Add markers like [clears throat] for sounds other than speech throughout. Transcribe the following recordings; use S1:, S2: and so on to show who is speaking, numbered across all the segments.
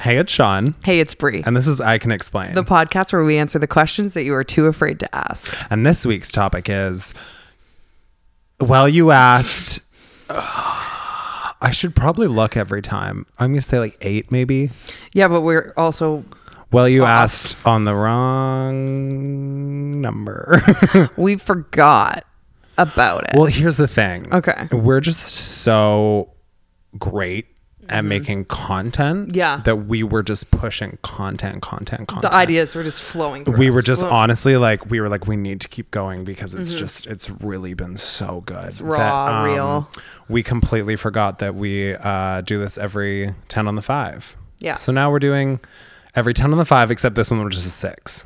S1: Hey, it's Sean,
S2: Hey, it's Bree.
S1: and this is I Can Explain.
S2: The podcast where we answer the questions that you are too afraid to ask.
S1: and this week's topic is Well, you asked. I should probably look every time. I'm going to say like eight, maybe.
S2: Yeah, but we're also
S1: Well, you asked on the wrong number. [laughs]
S2: we forgot about it.
S1: well, here's the thing.
S2: Okay.
S1: We're just so great at making content
S2: Mm-hmm. Yeah.
S1: that we were just pushing content, content, content.
S2: the ideas were just flowing. Through
S1: we
S2: us.
S1: were just
S2: Well, Mm-hmm.
S1: honestly like we were like we need to keep going because it's just it's really been so good um,
S2: raw, real.
S1: we completely forgot that we uh, do this every 10 on the 5
S2: Yeah.
S1: so now we're doing every 10 on the 5 except this one which is a
S2: [laughs]
S1: 6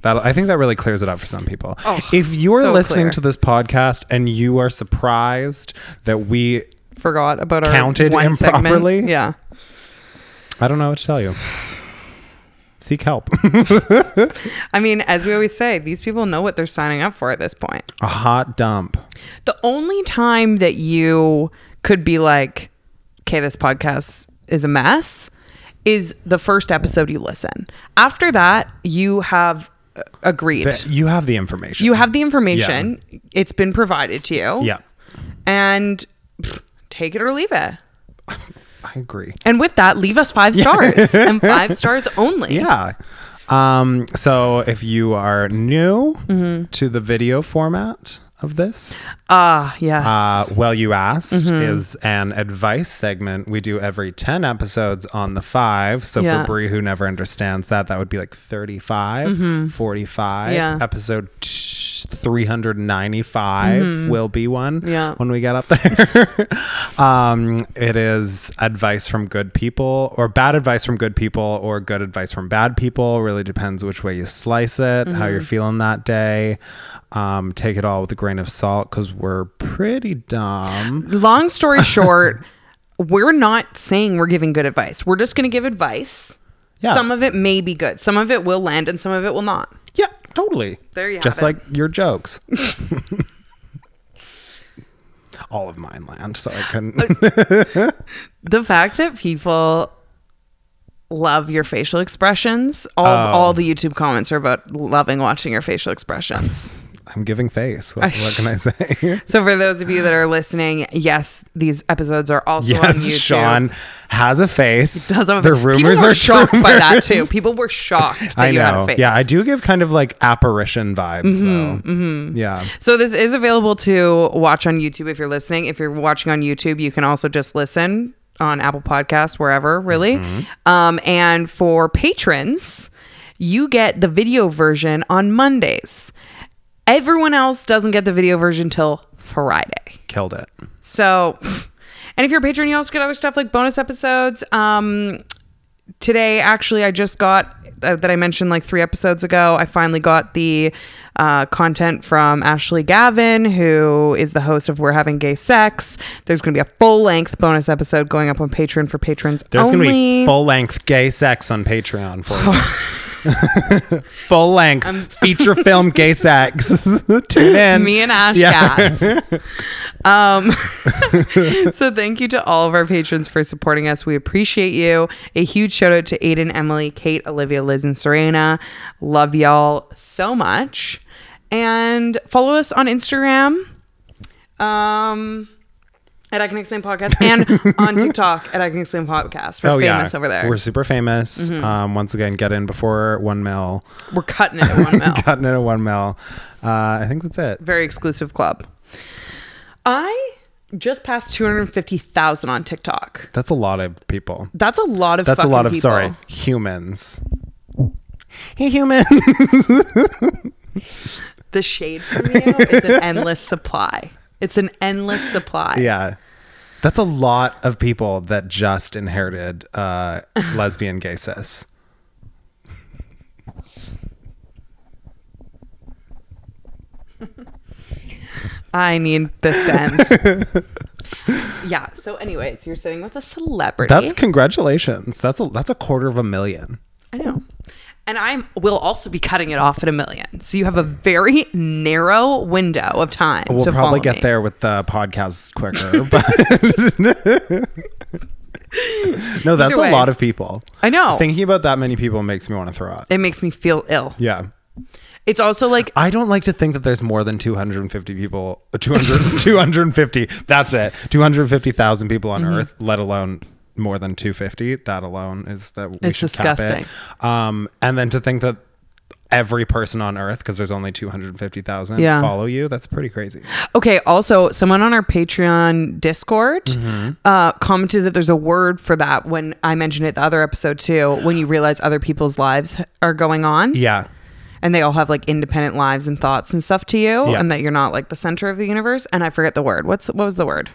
S1: that i think that really clears it up for some people
S2: Oh,
S1: if you're
S2: so
S1: listening
S2: clear.
S1: to this podcast and you are surprised that we
S2: forgot about our
S1: Counted
S2: one
S1: improperly?
S2: Segment. Yeah,
S1: i don't know what to tell you seek help [laughs]
S2: I mean, as we always say, these people know what they're signing up for at this point.
S1: a hot dump
S2: The only time that you could be like, okay, this podcast is a mess is the first episode you listen. After that, you have uh, agreed.
S1: Th- you have the information
S2: you have the information. It's been provided to you.
S1: yeah
S2: And pff, take it or leave it.
S1: i agree
S2: And with that, leave us five stars
S1: [laughs]
S2: and five stars only.
S1: Yeah. Um, so if you are new
S2: Mm-hmm.
S1: to the video format of this,
S2: Ah, yes. Mm-hmm.
S1: uh, Well You Asked is an advice segment we do every 10 episodes on the five. So
S2: Yeah.
S1: for Brie, who never understands that, that would be like 35, 45.
S2: Mm-hmm. Yeah.
S1: Episode t- 395 will be one
S2: Mm-hmm. Yeah.
S1: when we get up there. [laughs] um, it is advice from good people or bad advice from good people or good advice from bad people. Really depends which way you slice it, how
S2: Mm-hmm.
S1: you're feeling that day. Um, take it all with a grain of salt because we're pretty dumb. [laughs]
S2: Long story short, we're not saying we're giving good advice. We're just going to give advice.
S1: Yeah.
S2: Some of it may be good. Some of it will land and some of it will not.
S1: Yeah, totally.
S2: There you have
S1: Just
S2: it.
S1: like your
S2: [laughs]
S1: jokes. all of mine land, so I couldn't.
S2: The fact that people love your facial expressions, all,
S1: Oh.
S2: all the YouTube comments are about loving watching your facial expressions.
S1: I'm giving face. What, what
S2: [laughs]
S1: can I say?
S2: So for those of you that are listening, yes, these episodes are also on
S1: yes,
S2: YouTube.
S1: Sean has a face.
S2: Does have a-
S1: the
S2: People
S1: rumors
S2: were
S1: are
S2: shocked
S1: rumors.
S2: by that too. People were shocked
S1: [laughs]
S2: that
S1: I
S2: you had
S1: know.
S2: a face. Mm-hmm,
S1: Yeah, I do give kind of like apparition vibes though. Yeah.
S2: So this is available to watch on YouTube if you're listening. If you're watching on YouTube, you can also just listen on Apple Podcasts, wherever, really.
S1: Mm-hmm.
S2: Um, and for patrons, you get the video version on Mondays. Everyone else doesn't get the video version till Friday.
S1: Killed it.
S2: So, [laughs] and if you're a patron, you also get other stuff like bonus episodes. Um, today, actually, I just got uh, that I mentioned like three episodes ago. I finally got the uh, content from Ashley Gavin, who is the host of We're Having Gay Sex. There's going to be a full length bonus episode going up on Patreon for patrons
S1: There's
S2: only.
S1: gonna be full length gay sex on Patreon for you.
S2: [laughs]
S1: [laughs] full length feature film gay sex. [laughs] Tune in.
S2: me and Ash
S1: Yeah.
S2: Gaps.
S1: [laughs]
S2: Um, [laughs] so thank you to all of our patrons for supporting us. We appreciate you. A huge shout out to Aiden, Emily, Kate, Olivia, Liz, and Serena. Love y'all so much. And follow us on Instagram. Um at I Can Explain
S1: [laughs]
S2: Podcast and on TikTok at I Can Explain Podcast. We're famous over there.
S1: Oh,
S2: Mm-hmm.
S1: We're
S2: We're,
S1: super famous. Um, once again, get in before one mil. [laughs]
S2: cutting it at one mil.
S1: Gotten in at one mil. Uh, I think that's it.
S2: Very exclusive club. I just passed 250,000 on TikTok.
S1: That's a lot of people.
S2: That's a lot of.
S1: That's a
S2: fucking
S1: lot of
S2: people.
S1: sorry humans. Hey human. [laughs]
S2: The shade from you is
S1: [laughs]
S2: an endless supply. It's an endless supply.
S1: yeah. That's a lot of people that just inherited uh, lesbian gay cis.
S2: I need
S1: [laughs]
S2: this to end. yeah. So, anyways, you're sitting with a celebrity.
S1: That's congratulations. That's a that's a quarter of a million.
S2: I know. And I will also be cutting it off at a million. So you have a very narrow window of time.
S1: We'll
S2: to
S1: probably
S2: follow
S1: get
S2: me. [laughs]
S1: there with the podcast quicker, but No, that's
S2: way.
S1: a
S2: Oh.
S1: lot of people.
S2: I know.
S1: Thinking about that many people makes me want to throw up.
S2: it makes me feel ill.
S1: Yeah.
S2: It's also like
S1: I don't like to think that there's more than 250 people, uh,
S2: [laughs]
S1: 200, 250, that's it, 250,000 people on
S2: Mm-hmm.
S1: Earth, let alone more than 250. That alone is that we
S2: It's
S1: should cap
S2: disgusting.
S1: it. Um, and then to think that every person on Earth, because there's only 250,000,
S2: Yeah.
S1: follow you, that's pretty crazy.
S2: Okay. Also, someone on our Patreon Discord
S1: Mm-hmm.
S2: uh, commented that there's a word for that when I mentioned it the other episode too. When you realize other people's lives are going on
S1: Yeah.
S2: and they all have like independent lives and thoughts and stuff to you,
S1: Yeah.
S2: and that you're not like the center of the universe. And I forget the word. What's what was the word?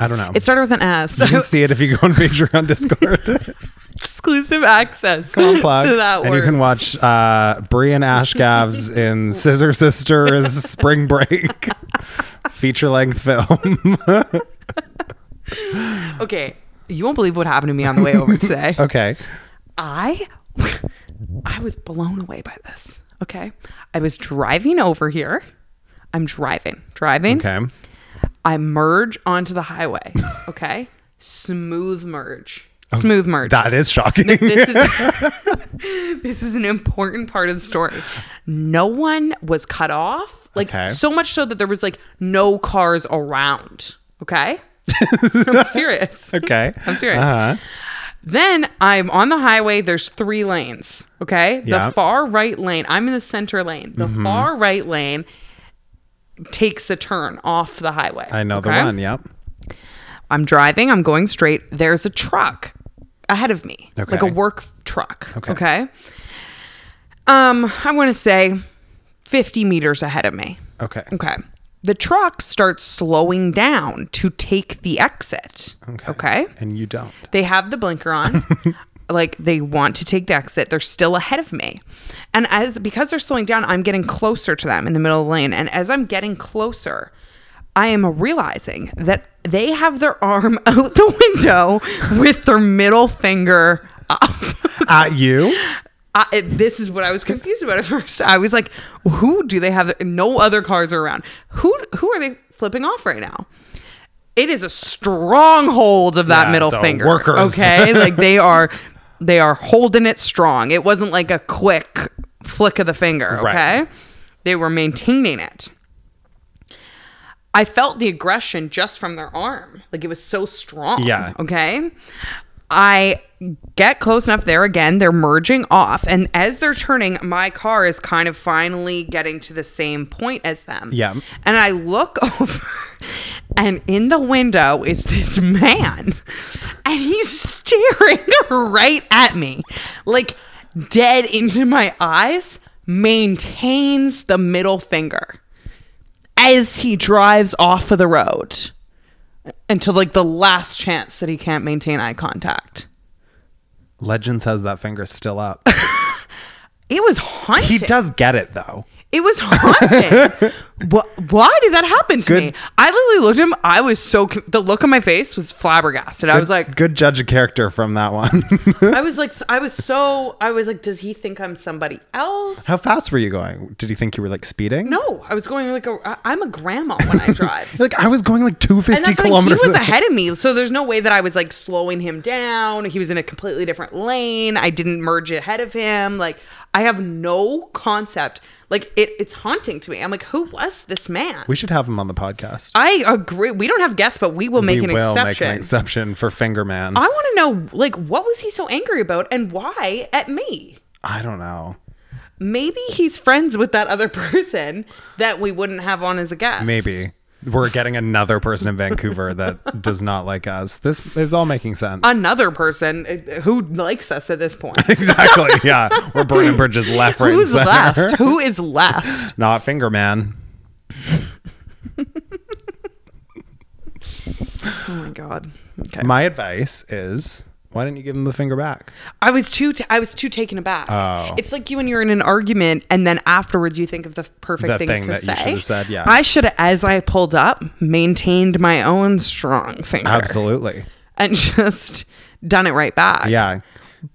S1: I don't know.
S2: It started with an S.
S1: you
S2: [laughs]
S1: can see it if you go on Patreon Discord.
S2: exclusive access [laughs]
S1: Come plug.
S2: to that
S1: and
S2: word.
S1: you can watch uh, Brie and Ash
S2: [laughs]
S1: Gavs in Scissor Sisters Spring Break feature length film. [laughs]
S2: okay. You won't believe what happened to me on the way over
S1: [laughs]
S2: today.
S1: okay.
S2: I I was blown away by this. Okay. I was driving over here. I'm driving, driving.
S1: Okay.
S2: I merge onto
S1: [laughs]
S2: the highway. Okay. Smooth merge. Smooth merge.
S1: Oh, That is shocking.
S2: this is
S1: [laughs]
S2: this is [laughs] an important part of the story. No one was cut off. Like
S1: Okay.
S2: so much so that there was like no cars around.
S1: [laughs]
S2: Okay. I'm
S1: [laughs]
S2: serious.
S1: okay.
S2: I'm serious.
S1: Uh-huh.
S2: Then I'm on the highway. There's three lanes. Okay.
S1: Yeah. Mm-hmm.
S2: The far right lane, I'm in the center lane. The far right lane takes a turn off the highway.
S1: I know
S2: okay?
S1: the one. Yep.
S2: I'm driving, I'm going straight. There's a truck ahead of me, like a
S1: Okay.
S2: work truck.
S1: Okay.
S2: Okay. Um, I want to say 50 meters ahead of me.
S1: Okay.
S2: Okay. The truck starts slowing down to take the exit.
S1: Okay.
S2: okay?
S1: And you don't.
S2: They have the blinker on. like they want to take the exit. They're still ahead of me. And as because they're slowing down, I'm getting closer to them in the middle of the lane. And as I'm getting closer, I am realizing that they have their arm [laughs] out the window with their middle finger up. [laughs]
S1: At you?
S2: [gasps] I, it- this is what I was confused about at first. I was like, who do they have? No other cars are around. Who who are they flipping off right now? It is a stronghold of that
S1: Yeah,
S2: middle
S1: it's a
S2: finger.
S1: workers. [laughs]
S2: Okay, like they are they are holding it strong. It wasn't like a quick flick of the finger. Okay,
S1: Right.
S2: they were maintaining it. I felt the aggression just from their arm. Like it was so strong.
S1: Yeah.
S2: Okay. I get close enough there again. They're merging off. And as they're turning, my car is kind of finally getting to the same point as them.
S1: Yeah.
S2: And I look [laughs] over, and in the window is this man. And he's staring [laughs] right at me, like dead into my eyes, maintains the middle finger as he drives off of the road until like the last chance that he can't maintain eye contact.
S1: Legend says that finger's still up.
S2: Oh, It was haunting.
S1: He does get it though.
S2: It was
S1: [laughs]
S2: haunting. Wh- Why did that happen to me? I literally looked at him. I was so con- the look on my face was flabbergasted. I was
S1: [laughs]
S2: like,
S1: Good judge of character from that one. [laughs]
S2: I was like, I was so, I was like, does he think I'm somebody else?
S1: How fast were you going? Did you think you were like speeding?
S2: no, I was going like a, I- I'm a grandma when
S1: [laughs]
S2: I drive.
S1: Like I was going like
S2: And
S1: 250
S2: that's like he
S1: kilometers.
S2: was
S1: an
S2: ahead
S1: [laughs]
S2: of me, so there's no way that I was like slowing him down. He was in a completely different lane. I didn't merge ahead of him. Like I have no concept. Like it, it's haunting to me. I'm like, who was this man?
S1: We should have him on the podcast.
S2: I agree. We don't have guests, but we will make
S1: we
S2: an
S1: will
S2: exception.
S1: make an exception for Finger Man.
S2: I want to know, like, what was he so angry about, and why at me?
S1: I don't know.
S2: Maybe he's friends with that other [laughs] person that we wouldn't have on as a guest.
S1: Maybe we're getting another person in Vancouver that does not like us. This is all making sense.
S2: another person uh, who likes us at this point.
S1: [laughs] exactly. Yeah, we're burning bridges left, right, [laughs]
S2: Who's
S1: and center.
S2: left? Who is left?
S1: Not Finger Man.
S2: Oh my god. Okay.
S1: My advice is, why didn't you give him the finger back?
S2: I was too. T- I was too taken aback.
S1: Oh.
S2: It's like you when you're in an argument, and then afterwards you think of the perfect
S1: The
S2: thing,
S1: thing
S2: to
S1: that
S2: say.
S1: you should have said, yeah.
S2: I should, have, as I pulled up, maintained my own strong finger
S1: Absolutely.
S2: and [laughs] just done it right back.
S1: Yeah.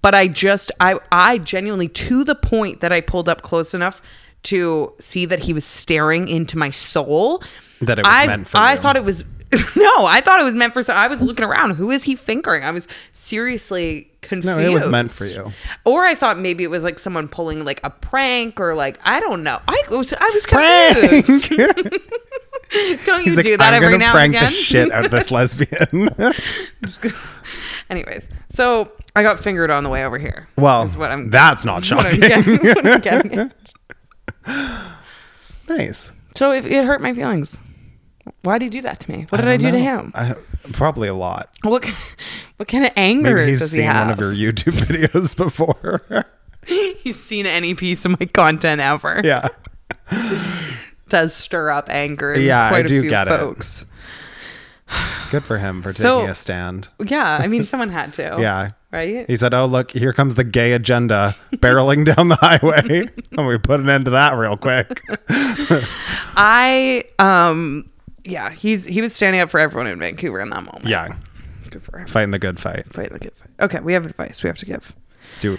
S2: But I just, I, I genuinely, to the point that I pulled up close enough to see that he was staring into my soul.
S1: That it was
S2: I,
S1: meant for
S2: I
S1: you.
S2: thought it was. [laughs] no, I thought it was meant for. So I was looking around. Who is he fingering? I was seriously confused.
S1: No, it was meant for you.
S2: Or I thought maybe it was like someone pulling like a prank or like I don't know. I was I was confused. [laughs] don't you
S1: He's like,
S2: do that
S1: I'm
S2: every
S1: gonna
S2: now
S1: prank
S2: and again?
S1: the shit out of
S2: [laughs]
S1: this lesbian.
S2: Anyways, so I got fingered on the way over here.
S1: well,
S2: is what I'm.
S1: that's not
S2: what I'm
S1: shocking.
S2: getting, what I'm getting
S1: [laughs]
S2: at.
S1: nice.
S2: So it, it hurt my feelings. Why did you do that to me? What did I, do
S1: don't
S2: to
S1: know.
S2: him?
S1: I, probably a lot.
S2: What ki- what kind of anger
S1: Maybe he's
S2: does he
S1: seen
S2: have?
S1: one of your YouTube [laughs] videos before.
S2: [laughs] he's seen any piece of my content ever.
S1: yeah.
S2: does stir up anger. In
S1: Yeah, I
S2: quite a
S1: do
S2: few
S1: get it.
S2: folks.
S1: Good for him for
S2: So- Oh.
S1: taking a stand.
S2: Yeah, I mean, someone had to.
S1: [laughs] Yeah.
S2: right.
S1: He said, "Oh, look, here comes the gay agenda barreling down the
S2: [laughs]
S1: highway." and we put an end to that real quick.
S2: I um, yeah, he's he was standing up for everyone in Vancouver in that moment.
S1: Yeah.
S2: good for him.
S1: Fighting the good fight.
S2: Fight the good fight. Okay, we have advice we have to give
S1: Do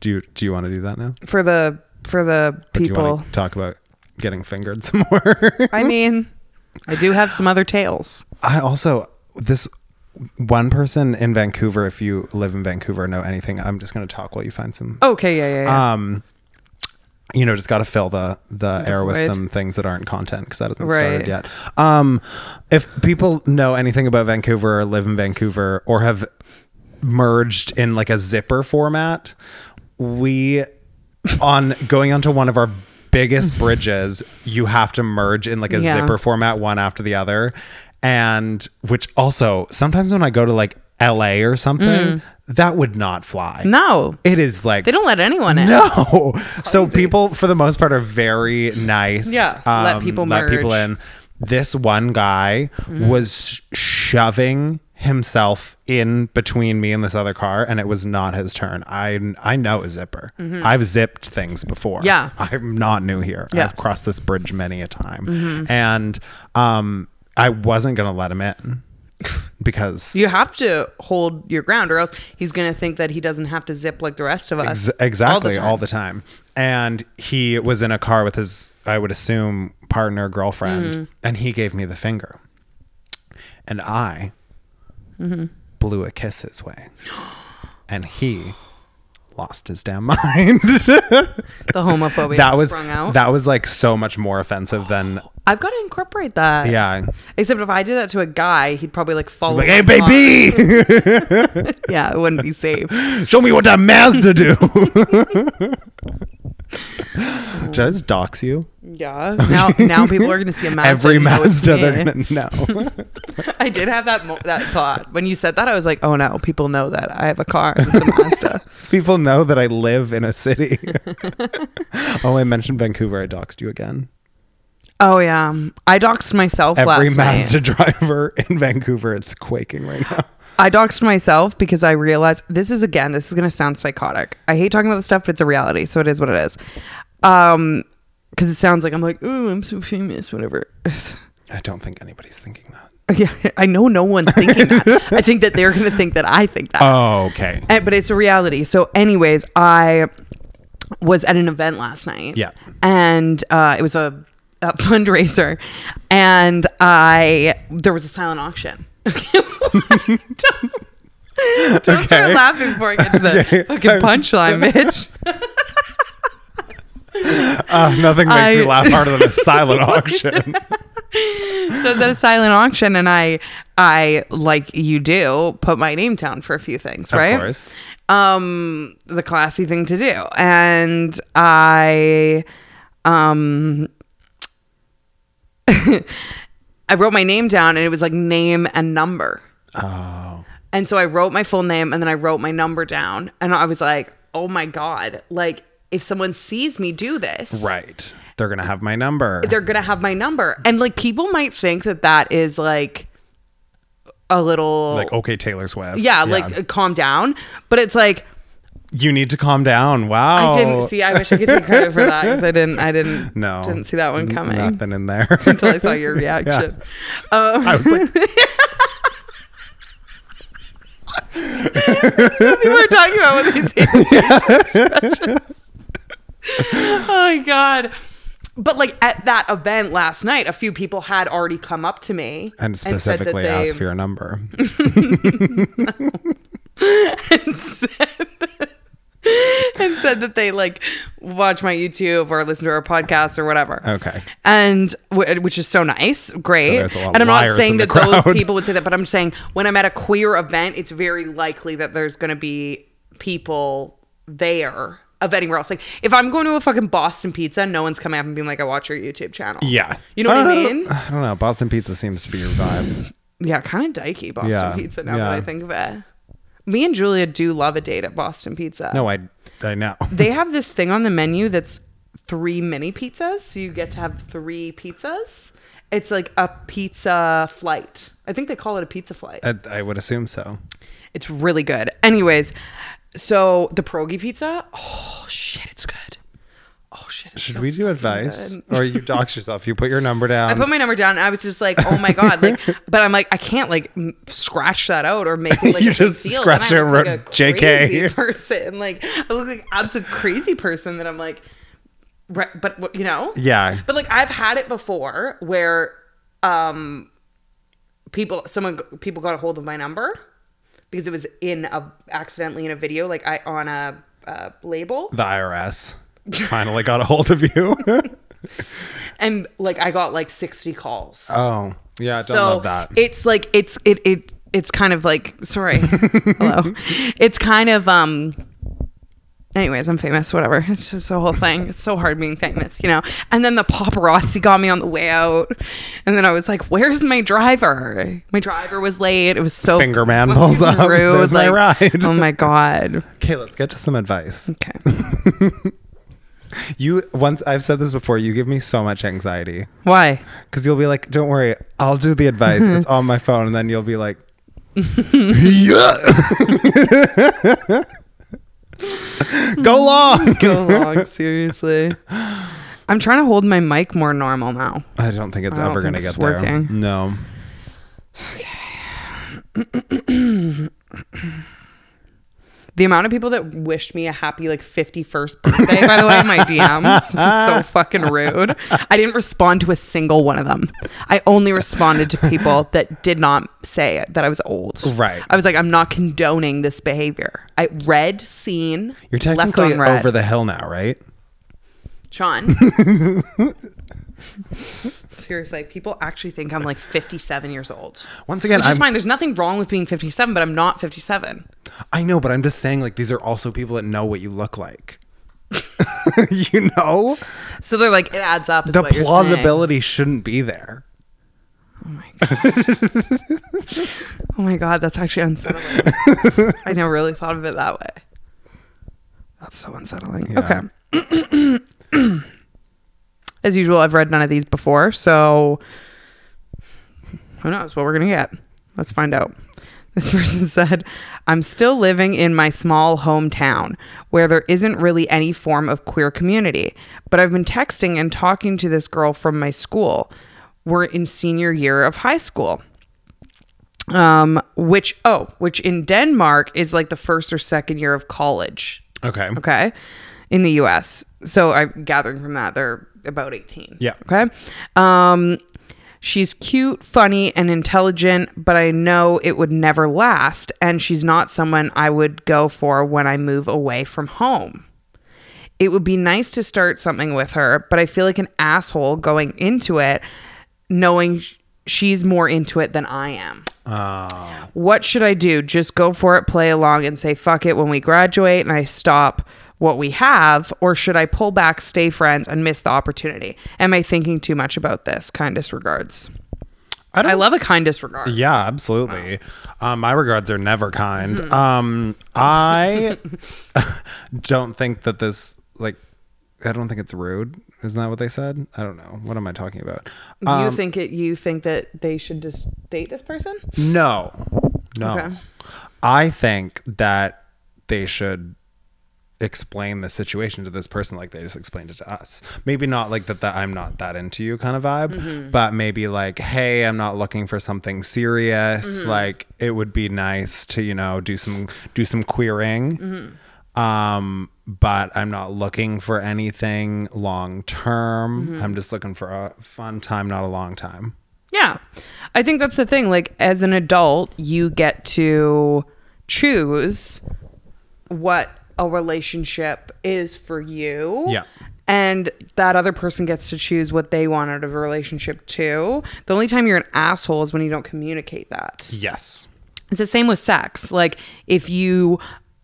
S1: do you do you want to do that now?
S2: for the for the
S1: Or do you
S2: people.
S1: want to talk about getting fingered [laughs] some more?
S2: I mean, I do have some other tales.
S1: I also this one person in Vancouver. If you live in Vancouver, or know anything? I'm just going to talk while you find some.
S2: Okay, yeah, yeah, yeah.
S1: Um, you know, just got to fill the the, air with
S2: void.
S1: some things that aren't content because that hasn't
S2: Right.
S1: started yet. Um, if people know anything about Vancouver or live in Vancouver or have merged in like a zipper format, we on going onto one of our
S2: [laughs]
S1: biggest bridges, you have to merge in like a
S2: Yeah.
S1: zipper format one after the other. And which also sometimes when I go to like LA or something, that would not fly.
S2: Mm. no,
S1: It is like
S2: they don't let anyone in. [laughs]
S1: no. So people, for the most part, are very nice. um,
S2: Yeah, let people
S1: let people
S2: merge. Mm-hmm.
S1: in. This one guy was shoving himself in between me and this other car, and it was not his turn. I I know a zipper. I've zipped things before.
S2: Mm-hmm. Yeah.
S1: I'm not new here.
S2: Yeah. Mm-hmm.
S1: I've crossed this bridge many a time, and um, I wasn't gonna let him
S2: [laughs]
S1: in because
S2: You have to hold your ground, or else he's gonna think that he doesn't have to zip like the rest of us.
S1: Ex- exactly all the, time and he was in a car with his i would assume partner girlfriend and he gave me the finger and i blew a kiss his way [gasps] and he lost his damn [laughs] mind
S2: The
S1: [laughs]
S2: homophobia
S1: that was
S2: sprung out.
S1: that was like so much more offensive than
S2: I've got to incorporate that.
S1: yeah
S2: Except if I did that to a guy, he'd probably like follow.
S1: like hey
S2: my car.
S1: baby
S2: Yeah, it wouldn't
S1: [laughs]
S2: be safe.
S1: show me what that mazda do [laughs] did i just dox you
S2: Yeah. Now, now people are gonna see a Mazda.
S1: every
S2: and know it's
S1: mazda they're
S2: me.
S1: gonna [laughs] know
S2: [laughs] I did have that mo- that thought when you said that. I was like, oh no, people know that I have a car.
S1: [laughs]
S2: It's a Mazda.
S1: People know that I live in a
S2: [laughs]
S1: city. oh, I mentioned Vancouver. I doxed you again.
S2: oh yeah, Um, I doxed myself
S1: Every
S2: last night.
S1: Mazda [laughs] driver in Vancouver, it's quaking right now.
S2: I doxed myself because I realized this is again, this is going to sound psychotic. I hate talking about this stuff, but it's a reality. So it is what it is. Um, because it sounds like I'm like, oh, I'm so famous, whatever. [laughs]
S1: I don't think anybody's thinking that.
S2: yeah, I know no one's thinking that. I think that they're going to think that I think that.
S1: Oh, okay.
S2: And- but it's a reality. So, anyways, I was at an event last night.
S1: Yeah.
S2: And uh, it was a, a fundraiser, and I there was a silent auction. [laughs] don't don't start
S1: Okay.
S2: laughing before I get to the
S1: [laughs] Okay.
S2: fucking
S1: I'm [laughs]
S2: punchline, bitch.
S1: Uh, nothing makes
S2: I-
S1: me laugh harder than a silent
S2: [laughs]
S1: auction.
S2: So I was at a silent auction, and I, I like you do, put my name down for a few things, right?
S1: Of course.
S2: um the classy thing to do and i um [laughs] i wrote my name down and it was like name and number
S1: Oh.
S2: and so i wrote my full name and then i wrote my number down and i was like oh my god like if someone sees me do this
S1: Right. They're going to have my number.
S2: they're gonna have my number and like people might think that that is like a little
S1: like, okay, Taylor Swift.
S2: yeah, like uh, calm down but it's like
S1: you need to calm down. Wow.
S2: I didn't see. I wish I could take credit for that because I didn't. I didn't.
S1: No.
S2: didn't see that one coming
S1: Nothing in
S2: [laughs]
S1: there.
S2: until I
S1: [laughs]
S2: saw your reaction. Um,
S1: I was [laughs] like,
S2: [laughs] we were
S1: [laughs]
S2: talking [laughs] about what these expressions. oh my god. But like at that event last night, a few people had already come up to me
S1: and
S2: said that
S1: specifically
S2: they-
S1: asked for your number.
S2: and said [laughs] and said that they like watch my YouTube or listen to our podcast or whatever.
S1: Okay.
S2: And wh- which is so nice, great.
S1: there's a lot of
S2: and I'm not
S1: liars
S2: saying
S1: in the
S2: that those
S1: crowd.
S2: people would say that, but I'm saying when I'm at a queer event, it's very likely that there's going to be people there of anywhere else. Like if I'm going to a fucking Boston Pizza, no one's coming up and being like, "I watch your YouTube channel."
S1: Yeah.
S2: you know what I
S1: Uh,
S2: mean?
S1: I don't know. Boston pizza seems to be your vibe.
S2: Yeah, kind of dykey Boston
S1: Yeah,
S2: Pizza. Now
S1: yeah.
S2: that I think of it, me and Julia do love a date at Boston Pizza.
S1: No, I I know.
S2: they have this thing on the menu that's three mini pizzas. So you get to have three pizzas. It's like a pizza flight. I think they call it a pizza flight.
S1: I, I would assume so.
S2: It's really good. Anyways, so the pierogi pizza. Oh shit, it's good. Oh shit. it's
S1: Should
S2: so
S1: we do
S2: fucking
S1: advice?
S2: good.
S1: Or you
S2: [laughs]
S1: dox yourself. You put your number down.
S2: I put my number down. And I was just like, oh my god,
S1: [laughs]
S2: like. But I'm like, I can't like m- scratch that out or make it
S1: [laughs]
S2: like
S1: You
S2: a big
S1: just
S2: deal.
S1: scratch
S2: Then I
S1: it
S2: look
S1: and
S2: a
S1: wrote JK.
S2: crazy [laughs] person. Like I look like absolute crazy person that I'm like, right, but what- you know,
S1: yeah.
S2: But like I've had it before where, um, people someone people got a hold of my number because it was in a accidentally in a video like I on a uh, label
S1: The IRS finally got a hold of you. [laughs]
S2: and like I got like 60 calls.
S1: oh. Yeah, I don't
S2: so
S1: love that.
S2: it's like it's it it it's kind of like
S1: [laughs]
S2: sorry hello it's kind of um anyways i'm famous whatever [laughs] it's just the whole thing it's so hard being famous you know and then the paparazzi got me on the way out and then i was like where's my driver my driver was late it was so
S1: Finger man pulls up.
S2: rude,
S1: There's my ride.
S2: oh my god
S1: okay, let's get to some advice. [laughs]
S2: okay
S1: You once I've said this before, you give me so much anxiety.
S2: why
S1: [laughs] Because you'll be like, don't worry, I'll do the advice.
S2: [laughs]
S1: it's on my phone. And then you'll be like, yeah. Go long.
S2: go along seriously i'm trying to hold my mic more normal now
S1: I don't think it's
S2: I don't
S1: ever going to
S2: think
S1: get there.
S2: it's working.
S1: No.
S2: The amount of people that wished me a happy like 51st birthday, by the way, in my DMs was
S1: [laughs]
S2: so fucking rude. I didn't respond to a single one of them. I only responded to people that did not say that I was old.
S1: Right.
S2: I was like, I'm not condoning this behavior. I read, seen,
S1: You're
S2: left
S1: technically
S2: on red.
S1: over the hill now, right? [laughs]
S2: Sean. Seriously, people actually think I'm like 57 years old.
S1: Once again,
S2: Which
S1: I'm,
S2: is fine. There's nothing wrong with being 57, but I'm not 57.
S1: I know, but I'm just saying, like, these are also people that know what you look like. [laughs] you know?
S2: So they're like, it adds up. Is
S1: The
S2: what you're saying.
S1: plausibility shouldn't be there.
S2: Oh my god, that's actually unsettling. I never really thought of it that way. That's so unsettling.
S1: Yeah.
S2: Okay. [clears throat] As usual, I've read none of these before, so who knows what we're gonna get? Let's find out. This [laughs] person said, I'm still living in my small hometown where there isn't really any form of queer community, but I've been texting and talking to this girl from my school. We're in senior year of high school um, which oh, which in Denmark is like the first or second year of college.
S1: Okay.
S2: Okay, in the U.S. So I'm gathering from that they're about eighteen.
S1: Yeah.
S2: Okay. Um, she's cute, funny, and intelligent, but I know it would never last, and she's not someone I would go for when I move away from home. It would be nice to start something with her, but I feel like an asshole going into it, knowing sh- she's more into it than I am Um,
S1: Uh,
S2: what should I do? Just go for it, play along, and say fuck it when we graduate and I stop what we have? Or should I pull back, stay friends, and miss the opportunity? Am I thinking too much about this? Kindest regards.
S1: I
S2: I
S1: don't
S2: love a kindest regard.
S1: Yeah, absolutely. Um, my regards are never kind. Um, I [laughs] don't think that this like I don't think it's rude. Isn't that what they said? I don't know. What am I talking about? Uh,
S2: you think it you think that they should just date this person?
S1: no, no.
S2: Okay.
S1: I think that they should explain the situation to this person like they just explained it to us. Maybe not like that, that I'm not that into you kind of vibe, but maybe like, hey, I'm not looking for something serious. Like it would be nice to, you know, do some do some queering. Um, but I'm not looking for anything long term. I'm just looking for a fun time, not a long time.
S2: Yeah. I think that's the thing. Like, as an adult, you get to choose what a relationship is for you.
S1: Yeah.
S2: And that other person gets to choose what they want out of a relationship too. The only time you're an asshole is when you don't communicate that.
S1: Yes.
S2: It's the same with sex. Like if you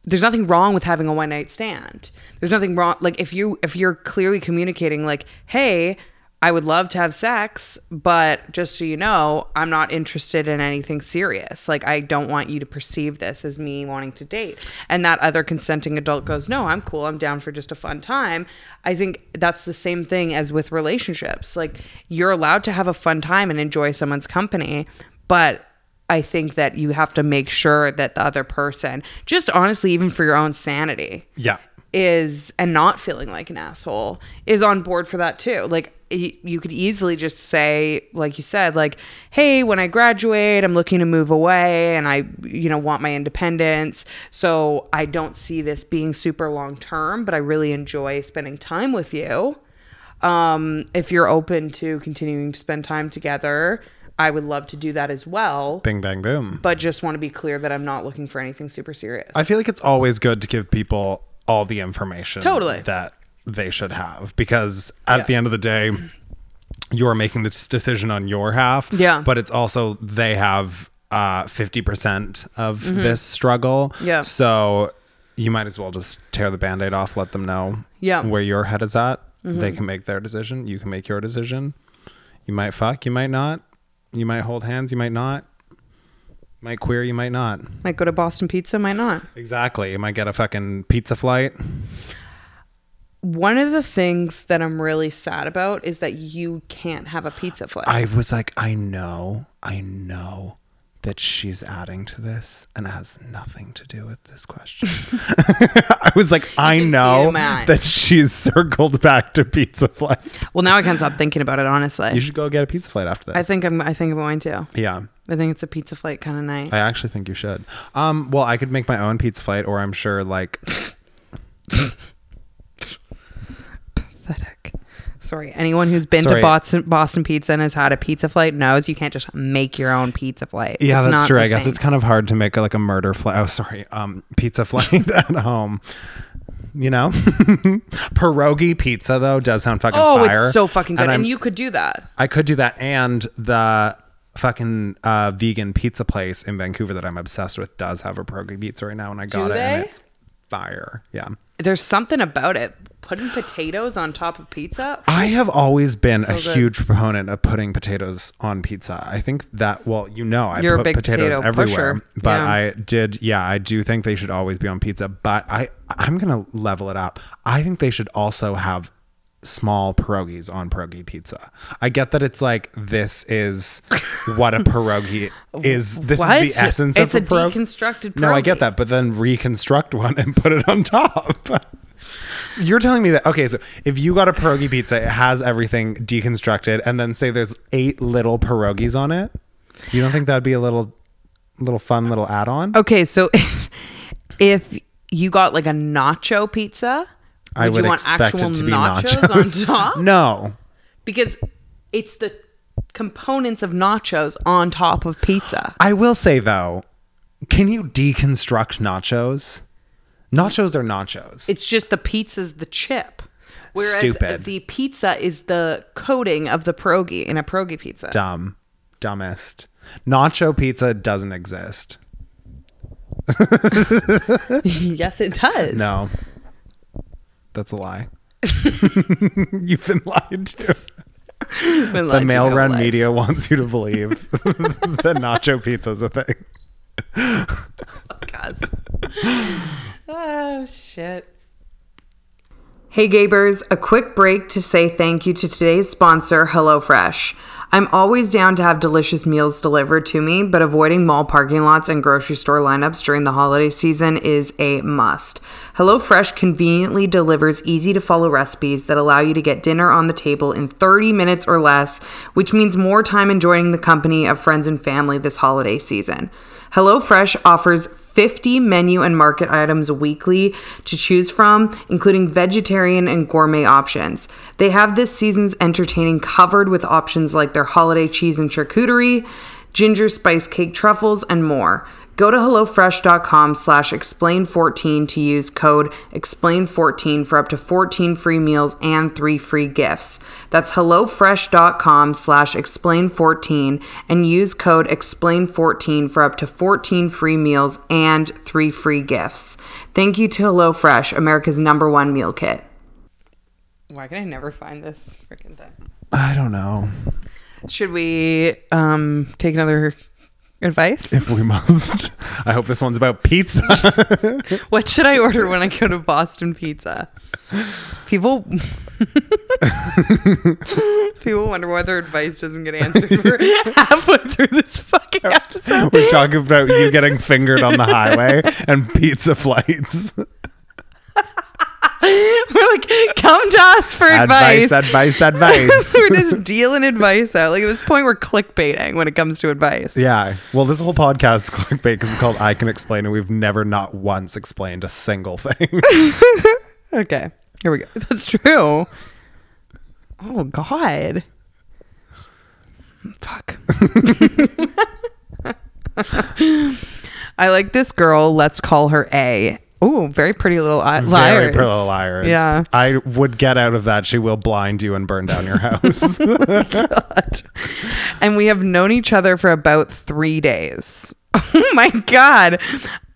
S2: there's nothing wrong with having a one night stand. There's nothing wrong like if you if you're clearly communicating like, "Hey, I would love to have sex, but just so you know, I'm not interested in anything serious. Like I don't want you to perceive this as me wanting to date." And that other consenting adult goes, "No, I'm cool. I'm down for just a fun time." I think that's the same thing as with relationships. Like you're allowed to have a fun time and enjoy someone's company, but I think that you have to make sure that the other person, just honestly, even for your own sanity,
S1: Yeah.
S2: is and not feeling like an asshole is on board for that too. Like y- you could easily just say, like you said, like, hey, when I graduate, I'm looking to move away and I, you know, want my independence. So I don't see this being super long term, but I really enjoy spending time with you um, if you're open to continuing to spend time together, I would love to do that as well.
S1: Bing, bang, boom.
S2: But just want to be clear that I'm not looking for anything super serious.
S1: I feel like it's always good to give people all the information
S2: Totally.
S1: that they should have because at
S2: Yeah.
S1: the end of the day, you're making this decision on your half.
S2: Yeah.
S1: But it's also they have uh, 50% of this struggle.
S2: Mm-hmm. Yeah.
S1: So you might as well just tear the band aid off, let them know
S2: Yeah. Mm-hmm.
S1: where your head is at. They can make their decision. You can make your decision. You might fuck, you might not. You might hold hands, you might not. Might queer, you might not.
S2: might go to Boston Pizza, might not.
S1: Exactly. You might get a fucking pizza flight.
S2: One of the things that I'm really sad about is that you can't have a pizza flight.
S1: I was like, I know, I know that she's adding to this and it has nothing to do with this [laughs] question. I was like, I
S2: can see it
S1: know
S2: in my eyes.
S1: that she's circled back to pizza flight.
S2: well, now I can't stop thinking about it.
S1: You
S2: Honestly,
S1: should go get a pizza flight after this.
S2: I think I'm. I think I'm going to.
S1: Yeah.
S2: I think it's a pizza flight kind of night.
S1: I actually think you should. Um, well, I could make my own pizza flight, or I'm sure, like,
S2: Pathetic. Sorry. Anyone who's been
S1: Sorry.
S2: to Boston, Boston Pizza and has had a pizza flight knows you can't just make your own pizza flight.
S1: yeah,
S2: It's
S1: that's
S2: not
S1: true.
S2: the
S1: I guess
S2: same.
S1: it's kind of hard to make like a murder flight. Oh, sorry, um, pizza [laughs] flight at home. You know, [laughs] pierogi pizza though does sound fucking
S2: Oh,
S1: fire.
S2: it's so fucking good. And,
S1: I'm-
S2: you could do that.
S1: I could do that and the fucking uh, vegan pizza place in Vancouver that I'm obsessed with does have a pierogi pizza right now and I got it and
S2: they?
S1: it's fire. Yeah.
S2: There's something about it. Putting potatoes on top of pizza.
S1: I have always been a
S2: good.
S1: huge proponent of putting potatoes on pizza. I think that well, you know, I
S2: You're a
S1: put
S2: big
S1: potatoes
S2: potato
S1: everywhere,
S2: pusher.
S1: but
S2: Yeah.
S1: I did. Yeah, I do think they should always be on pizza. But I, I'm gonna level it up. I think they should also have small pierogies on pierogi pizza. I get that it's like this is what a
S2: [laughs]
S1: pierogi is. This is
S2: What?
S1: the essence
S2: It's
S1: of
S2: a
S1: pierogi.
S2: deconstructed
S1: No, I get
S2: pierogi.
S1: that, but then reconstruct one and put it on top. [laughs] You're telling me that okay, so if you got a pierogi pizza, it has everything deconstructed, and then say there's eight little pierogies on it. You don't think that'd be a little, little fun little add-on?
S2: Okay, so [laughs] if, you got like a nacho pizza, would,
S1: I would
S2: you want
S1: expect
S2: actual
S1: it to be
S2: nachos,
S1: nachos. [laughs]
S2: on top?
S1: No,
S2: Because it's the components of nachos on top of pizza.
S1: I will say though, can you deconstruct nachos? Nachos are nachos.
S2: It's just the pizza's the chip. Whereas
S1: Stupid.
S2: the pizza is the coating of the pierogi in a pierogi pizza.
S1: Dumb, dumbest. Nacho pizza doesn't exist.
S2: [laughs] yes, it does. [laughs]
S1: No. That's a lie. [laughs] You've been lied to. The mail run media wants you to [laughs] believe that nacho pizza is a thing.
S2: podcast. [laughs] oh, shit. Hey, Gabers, a quick break to say thank you to today's sponsor, HelloFresh. I'm always down to have delicious meals delivered to me, but avoiding mall parking lots and grocery store lineups during the holiday season is a must. HelloFresh conveniently delivers easy to follow recipes that allow you to get dinner on the table in 30 minutes or less, which means more time enjoying the company of friends and family this holiday season. HelloFresh offers 50 menu and market items weekly to choose from, including vegetarian and gourmet options. They have this season's entertaining covered with options like their holiday cheese and charcuterie, ginger spice cake truffles, and more. Go to HelloFresh.com slash explain14 to use code explain14 for up to 14 free meals and 3 free gifts. That's HelloFresh.com slash explain14 and use code explain14 for up to 14 free meals and 3 free gifts. Thank you to HelloFresh, America's number one meal kit. Why can I never find this freaking thing?
S1: I don't know
S2: Should we um, take another advice?
S1: if we must. I hope this one's about [laughs] pizza.
S2: What should I order when I go to Boston Pizza? People [laughs] People wonder why their advice doesn't get
S1: [laughs]
S2: answered for halfway through this fucking episode.
S1: We're talking about you getting fingered on the highway and pizza flights.
S2: We're like, come to us for advice.
S1: advice, advice,
S2: [laughs]
S1: advice.
S2: we're just dealing advice out. Like at this point, we're clickbaiting when it comes to advice.
S1: [laughs] yeah. Well, this whole podcast is clickbait because it's called I Can Explain, and we've never not once explained a single thing.
S2: Okay, here we go. [laughs] That's true. Oh God. Fuck. [laughs] I like this girl. Let's call her A. Oh, very pretty little I- liars.
S1: Very pro liars.
S2: Yeah.
S1: I would get out of that. She will blind you and burn down your
S2: [laughs]
S1: house.
S2: God. [laughs] And we have known each other for about three days. [laughs] Oh my God.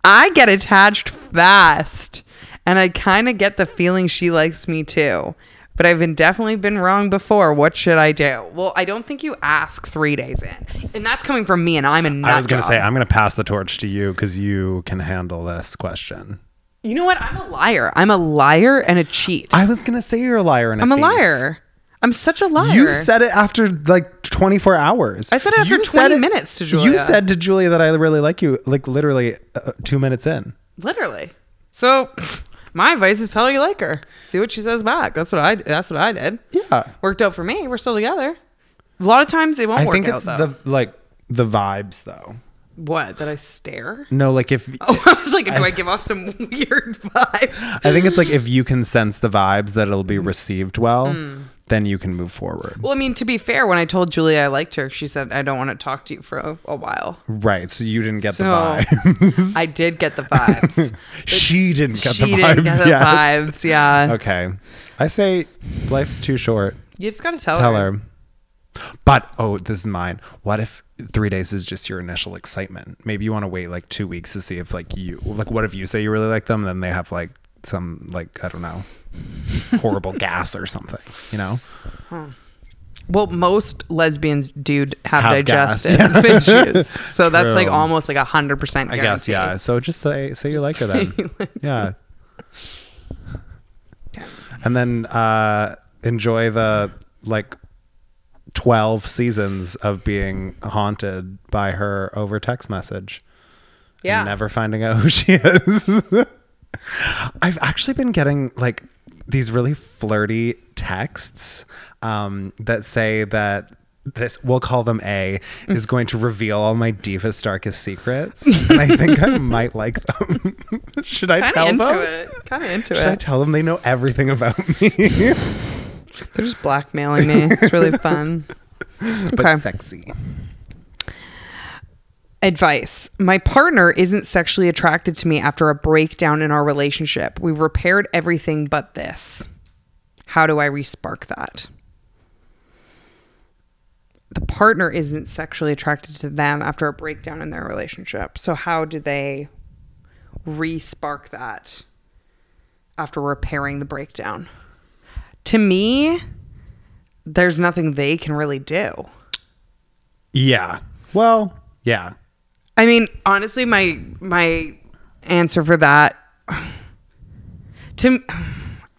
S2: I get attached fast. And I kind of get the feeling she likes me too. But I've been definitely been wrong before. What should I do? Well, I don't think you ask three days in. And that's coming from me, and I'm a nut
S1: I was going to
S2: job.
S1: say, I'm going to pass the torch to you because you can handle this question.
S2: you know what? I'm a liar. I'm a liar and a cheat.
S1: I was going to say you're a liar and a
S2: I'm a
S1: thief.
S2: liar. I'm such a liar.
S1: You said it after like 24 hours.
S2: I said it after 20 minutes to Julia.
S1: You said to Julia that I really like you, like literally uh, two minutes in.
S2: Literally. So [laughs] my advice is tell her you like her. See what she says back. That's what I that's what I did.
S1: Yeah.
S2: Worked out for me. We're still together. A lot of times it won't
S1: I
S2: work
S1: think
S2: out
S1: it's
S2: though.
S1: the like the vibes though.
S2: what? That I stare? [laughs]
S1: No, like if
S2: Oh, I was like, do I, give off some [laughs] weird vibe?
S1: I think it's like if you can sense the vibes that it'll be
S2: Mm-hmm.
S1: received well,
S2: Mm.
S1: then you can move forward.
S2: Well, I mean, to be fair, when I told Julia I liked her, she said, I don't want to talk to you for a, a while.
S1: Right. So you didn't get
S2: So-
S1: the
S2: [laughs]
S1: vibes.
S2: I did get
S1: [laughs]
S2: the vibes.
S1: she didn't get
S2: she
S1: the
S2: didn't
S1: vibes
S2: get the
S1: yet.
S2: vibes.
S1: [laughs]
S2: Yeah.
S1: Okay. I say life's too short.
S2: You just got to tell,
S1: Tell
S2: her.
S1: her. But oh, this is mine. What if three days is just your initial excitement? Maybe you want to wait like two weeks to see if like you like what if you say you really like them, then they have like some like I don't know
S2: [laughs]
S1: horrible gas or something, you know?
S2: Well, most lesbians do d- have,
S1: Have gas. [laughs]
S2: digestive issues. So that's like
S1: True.
S2: almost like a 100% guarantee.
S1: I guess, yeah. So just say say you like her
S2: say
S1: then.
S2: you like
S1: yeah. And then uh enjoy the like 12 seasons of being haunted by her over text message. and
S2: Yeah.
S1: never finding out who she is. [laughs] I've actually been getting like these really flirty texts um, that say that this we'll call them A
S2: Mm.
S1: is going to reveal all my deepest darkest
S2: [laughs]
S1: secrets. and I think I might like them. [laughs] Should I
S2: Kind
S1: tell
S2: of into
S1: them?
S2: it. Kind of into
S1: Should I
S2: it.
S1: tell them they know everything about me?
S2: They're just blackmailing me. It's really fun.
S1: [laughs] but
S2: Okay.
S1: sexy.
S2: Advice My partner isn't sexually attracted to me after a breakdown in our relationship. We've repaired everything but this. How do I respark that? The partner isn't sexually attracted to them after a breakdown in their relationship. So, how do they respark that after repairing the breakdown? To me, there's nothing they can really do.
S1: Yeah. Well, yeah.
S2: I mean, honestly, my my answer for that to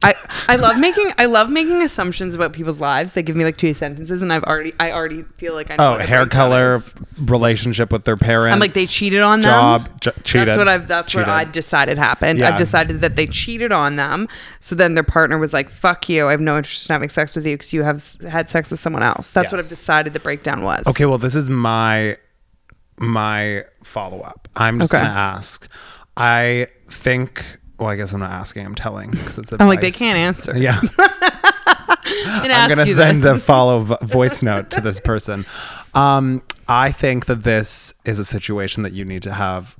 S2: I I love making I love making assumptions about people's lives. They give me like two sentences, and I've already I already feel like I know
S1: Oh,
S2: what the
S1: hair
S2: breakdown
S1: color,
S2: is.
S1: relationship with their parents.
S2: I'm like they cheated on them.
S1: job, j- cheated.
S2: That's what I've. That's
S1: cheated.
S2: what I decided happened.
S1: Yeah.
S2: I've decided that they cheated on them. So then their partner was like, "Fuck you! I have no interest in having sex with you because you have s- had sex with someone else." That's what I've
S1: Yes.
S2: decided the breakdown was.
S1: Okay, well, this is my my follow up. I'm just
S2: Okay.
S1: going to ask. I think. Well, I guess I'm not asking. I'm telling because it's.
S2: I'm like, they
S1: advice.
S2: can't answer.
S1: Yeah, I'm gonna send a follow vo- voice note to this
S2: [laughs]
S1: person. Um, I think that this is a situation that you need to have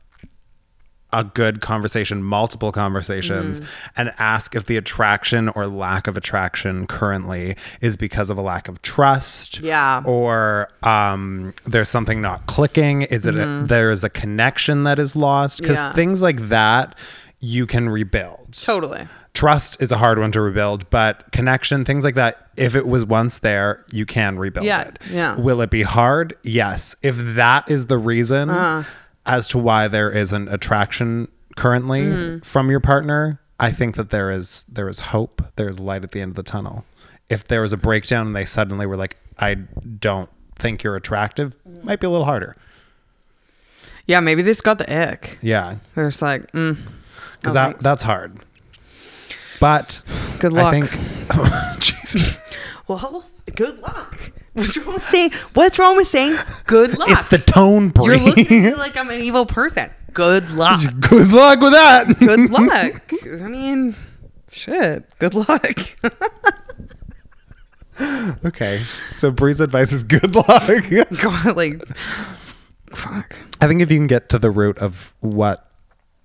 S1: a good conversation, multiple conversations,
S2: Mm-hmm.
S1: and ask if the attraction or lack of attraction currently is because of a lack of trust.
S2: Yeah.
S1: Or um, there's something not clicking. Is it a, there is a connection that is lost? Because
S2: Mm-hmm. Yeah.
S1: things like that you can rebuild
S2: Totally.
S1: trust is a hard one to rebuild, but connection, things like that, if it was once there, you can rebuild
S2: Yeah,
S1: it.
S2: yeah.
S1: Will it be hard? Yes. If that is the reason
S2: Uh-huh.
S1: as to why there isn't attraction currently
S2: Mm-hmm.
S1: from your partner, I think that there is there is hope. There is light at the end of the tunnel. If there was a breakdown and they suddenly were like, I don't think you're attractive, might be a little harder.
S2: Yeah, maybe they just got the ick.
S1: Yeah.
S2: They're just like, mm,
S1: Because
S2: Oh,
S1: that,
S2: thanks.
S1: that's hard. But
S2: good
S1: I
S2: luck.
S1: think [laughs] Jesus.
S2: well, good luck. What's wrong with saying? What's wrong with saying? Good luck.
S1: It's the tone,
S2: You're
S1: Brie.
S2: looking
S1: [laughs]
S2: at [laughs] me like I'm an evil person. Good luck.
S1: Good luck with that. [laughs]
S2: [laughs] Good luck. I mean, shit. Good luck. [laughs] Oh
S1: okay. So Bree's advice is good luck. [laughs]
S2: God, like, fuck.
S1: I think if you can get to the root of what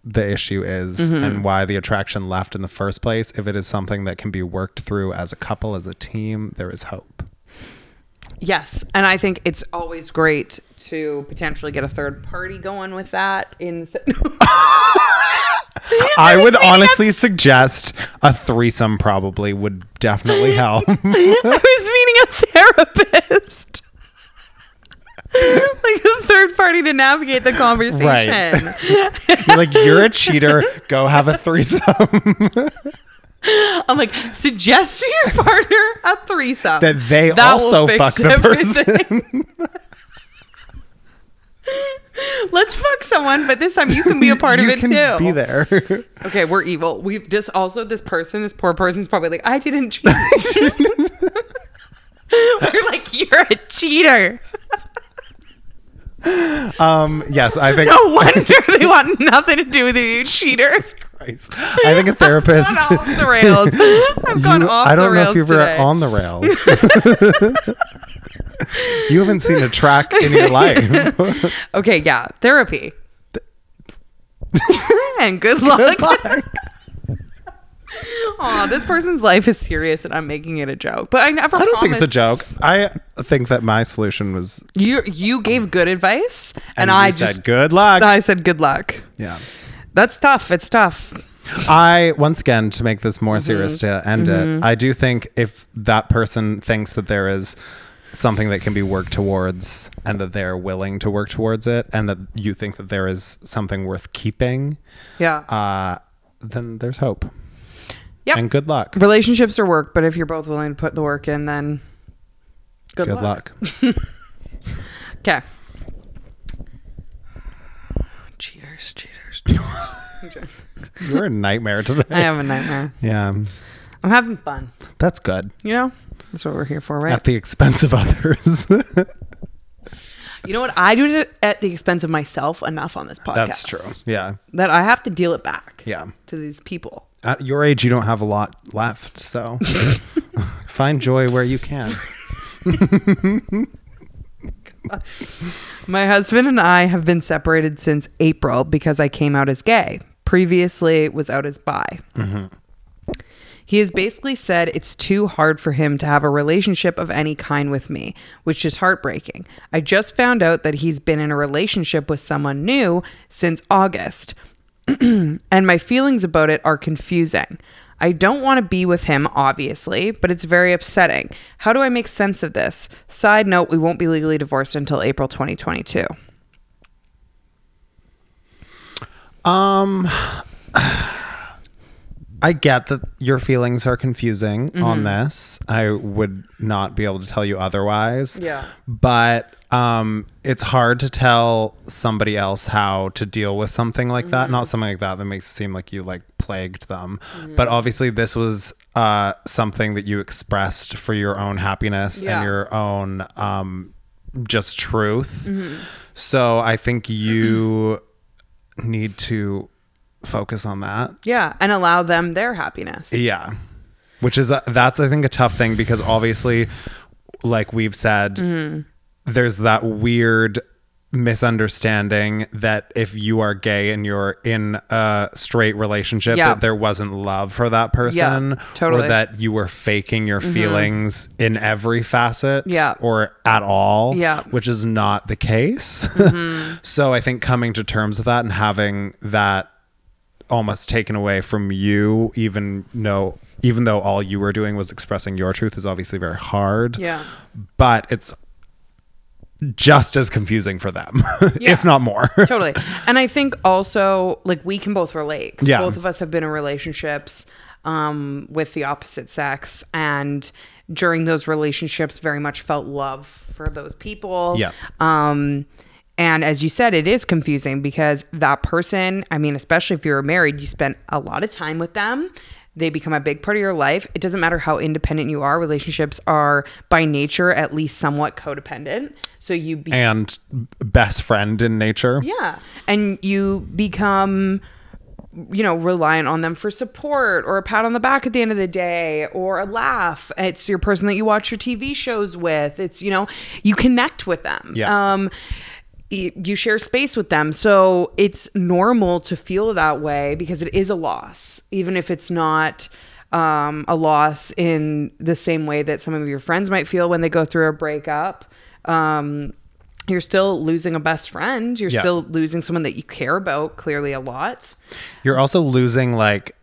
S1: the issue is
S2: Mm-hmm.
S1: and why the attraction left in the first place, if it is something that can be worked through as a couple, as a team, there is hope.
S2: Yes, and I think it's always great to potentially get a third party going with that. In
S1: I would honestly suggest a threesome probably would
S2: [laughs]
S1: definitely help.
S2: [laughs]
S1: [laughs]
S2: I was meeting a therapist. [laughs] like a third party to navigate the conversation. [laughs]
S1: like you're a cheater, go have a threesome
S2: I'm like, suggest to your partner a threesome.
S1: that they
S2: will
S1: also
S2: fix
S1: fuck the person.
S2: everything. Let's fuck someone, but this time you can be a part
S1: [laughs] You
S2: of it
S1: can
S2: too.
S1: Be there.
S2: Okay, we're evil. We've just also this person, this poor person's probably like, I
S1: [laughs]
S2: didn't [laughs] cheat. we're like, you're a cheater.
S1: Um, yes, I think
S2: No wonder they want nothing to do with
S1: [laughs]
S2: you, you cheater.
S1: Christ. I think a
S2: [laughs]
S1: therapist.
S2: Gone off the rails. I've gone
S1: You-
S2: off
S1: I don't
S2: the
S1: know
S2: rails
S1: if you've
S2: today.
S1: ever on the rails.
S2: [laughs]
S1: you haven't seen a track in your life.
S2: okay, yeah,
S1: [laughs]
S2: therapy. and good luck. [laughs] Aw, this person's life is serious, and I'm making it a joke. But I never.
S1: I don't think it's a
S2: promised-
S1: joke. I think that my solution was,
S2: You you gave good advice, and,
S1: you
S2: I
S1: said,
S2: just
S1: "Good luck."
S2: I said good luck.
S1: yeah.
S2: That's tough. It's tough.
S1: I once again to make this more
S2: Mm-hmm.
S1: serious to end it. I do think if that person thinks that there is something that can be worked towards and that they're willing to work towards it and that you think that there is something worth keeping,
S2: Yeah.
S1: uh, then there's hope.
S2: Yep.
S1: And good luck.
S2: Relationships are work, but if you're both willing to put the work in, then good,
S1: Good
S2: luck.
S1: luck. [laughs]
S2: Okay. Cheaters, cheaters, cheaters.
S1: You're a nightmare today.
S2: I have a nightmare.
S1: Yeah.
S2: I'm having fun.
S1: That's good.
S2: You know, that's what we're here for, right?
S1: At the expense of [laughs] others.
S2: You know what? I do it at the expense of myself enough on this podcast.
S1: That's true. Yeah.
S2: That I have to deal it back.
S1: Yeah.
S2: To these people.
S1: At your age, you don't have a lot left.
S2: [laughs]
S1: So [laughs] find joy where you can.
S2: My husband and I have been separated since April because I came out as gay. Previously, was out as bi.
S1: Mm-hmm.
S2: He has basically said it's too hard for him to have a relationship of any kind with me, which is heartbreaking. I just found out that he's been in a relationship with someone new since August, and my feelings about it are confusing. I don't want to be with him, obviously, but it's very upsetting. How do I make sense of this? Side note, we won't be legally divorced until April 2022.
S1: I get that your feelings are confusing
S2: Mm-hmm.
S1: on this. I would not be able to tell you otherwise.
S2: Yeah.
S1: But um, it's hard to tell somebody else how to deal with something like that.
S2: Mm-hmm.
S1: Not something like that that makes it seem like you like plagued them. But obviously, this was uh, something that you expressed for your own happiness
S2: Yeah.
S1: and your own um, just truth.
S2: Mm-hmm.
S1: So I think you need to focus on that.
S2: Yeah, and allow them their happiness.
S1: Yeah. Which is, that's, I think, a tough thing because obviously, like we've said,
S2: Mm-hmm.
S1: there's that weird misunderstanding that if you are gay and you're in a straight relationship,
S2: Yeah.
S1: that there wasn't love for that person.
S2: totally. Mm-hmm.
S1: Or that you were faking your feelings in every facet
S2: Yeah.
S1: or at all,
S2: Yeah. Mm-hmm.
S1: which is not the case. [laughs] so I think coming to terms with that and having that almost taken away from you even though even though all you were doing was expressing your truth is obviously very hard
S2: Yeah.
S1: but it's just as confusing for them [laughs]
S2: Yeah.
S1: if not more
S2: totally. And I think also like we can both relate. 'cause
S1: Yeah.
S2: Both of us have been in relationships um, with the opposite sex, and during those relationships, very much felt love for those people.
S1: [laughs] Yeah.
S2: Um, and as you said, it is confusing because that person, I mean, especially if you're married, you spend a lot of time with them. They become a big part of your life. It doesn't matter how independent you are, relationships are by nature at least somewhat codependent. So you become
S1: and best friend in nature
S2: yeah. And you become, you know, reliant on them for support or a pat on the back at the end of the day or a laugh. It's your person that you watch your TV shows with. It's, you know, you connect with them.
S1: Yeah.
S2: Um, y- you share space with them. So it's normal to feel that way because it is a loss, even if it's not um, a loss in the same way that some of your friends might feel when they go through a breakup. Um, you're still losing a best friend. You're
S1: Yeah.
S2: still losing someone that you care about clearly a lot.
S1: you're also losing like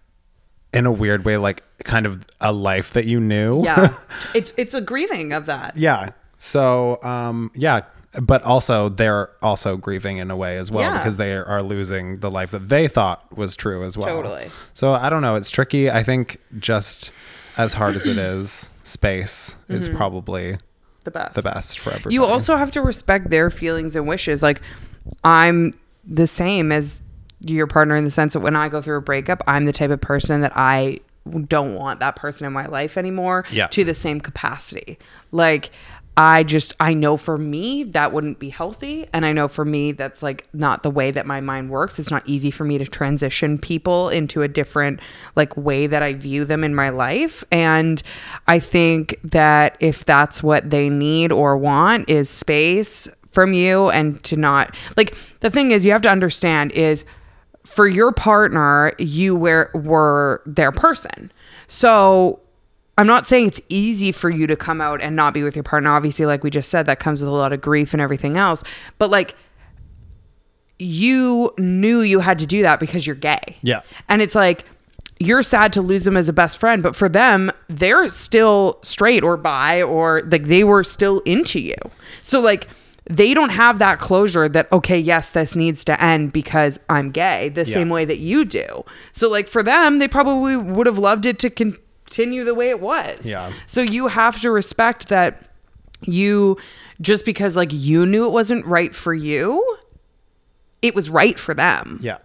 S1: in a weird way like kind of a life that you knew [laughs]
S2: Yeah. [laughs] it's it's a grieving of that.
S1: yeah so um yeah but also they're also grieving in a way as well
S2: Yeah.
S1: because they are losing the life that they thought was true as well
S2: Totally.
S1: so i don't know it's tricky i think just as hard
S2: [clears throat]
S1: as it is space is probably
S2: The best.
S1: the best for everybody
S2: Mm-hmm. You also have to respect their feelings and wishes. Like I'm the same as your partner in the sense that when I go through a breakup, I'm the type of person that I don't want that person in my life anymore
S1: Yeah.
S2: to the same capacity. Like I just I know for me that wouldn't be healthy and I know for me that's like not the way that my mind works. It's not easy for me to transition people into a different like way that I view them in my life and I think that if that's what they need or want is space from you and to not like the thing is you have to understand is for your partner, you were were their person. So I'm not saying it's easy for you to come out and not be with your partner. Obviously, like we just said, that comes with a lot of grief and everything else. But like you knew you had to do that because you're gay.
S1: Yeah.
S2: And it's like you're sad to lose them as a best friend, but for them, they're still straight or bi or like they were still into you. So like they don't have that closure that okay, yes, this needs to end because I'm gay, the same way that you do. So like for them, they probably would have loved it to continue the way it was.
S1: Yeah.
S2: So you have to respect that you just because like you knew it wasn't right for you, it was right for them.
S1: yeah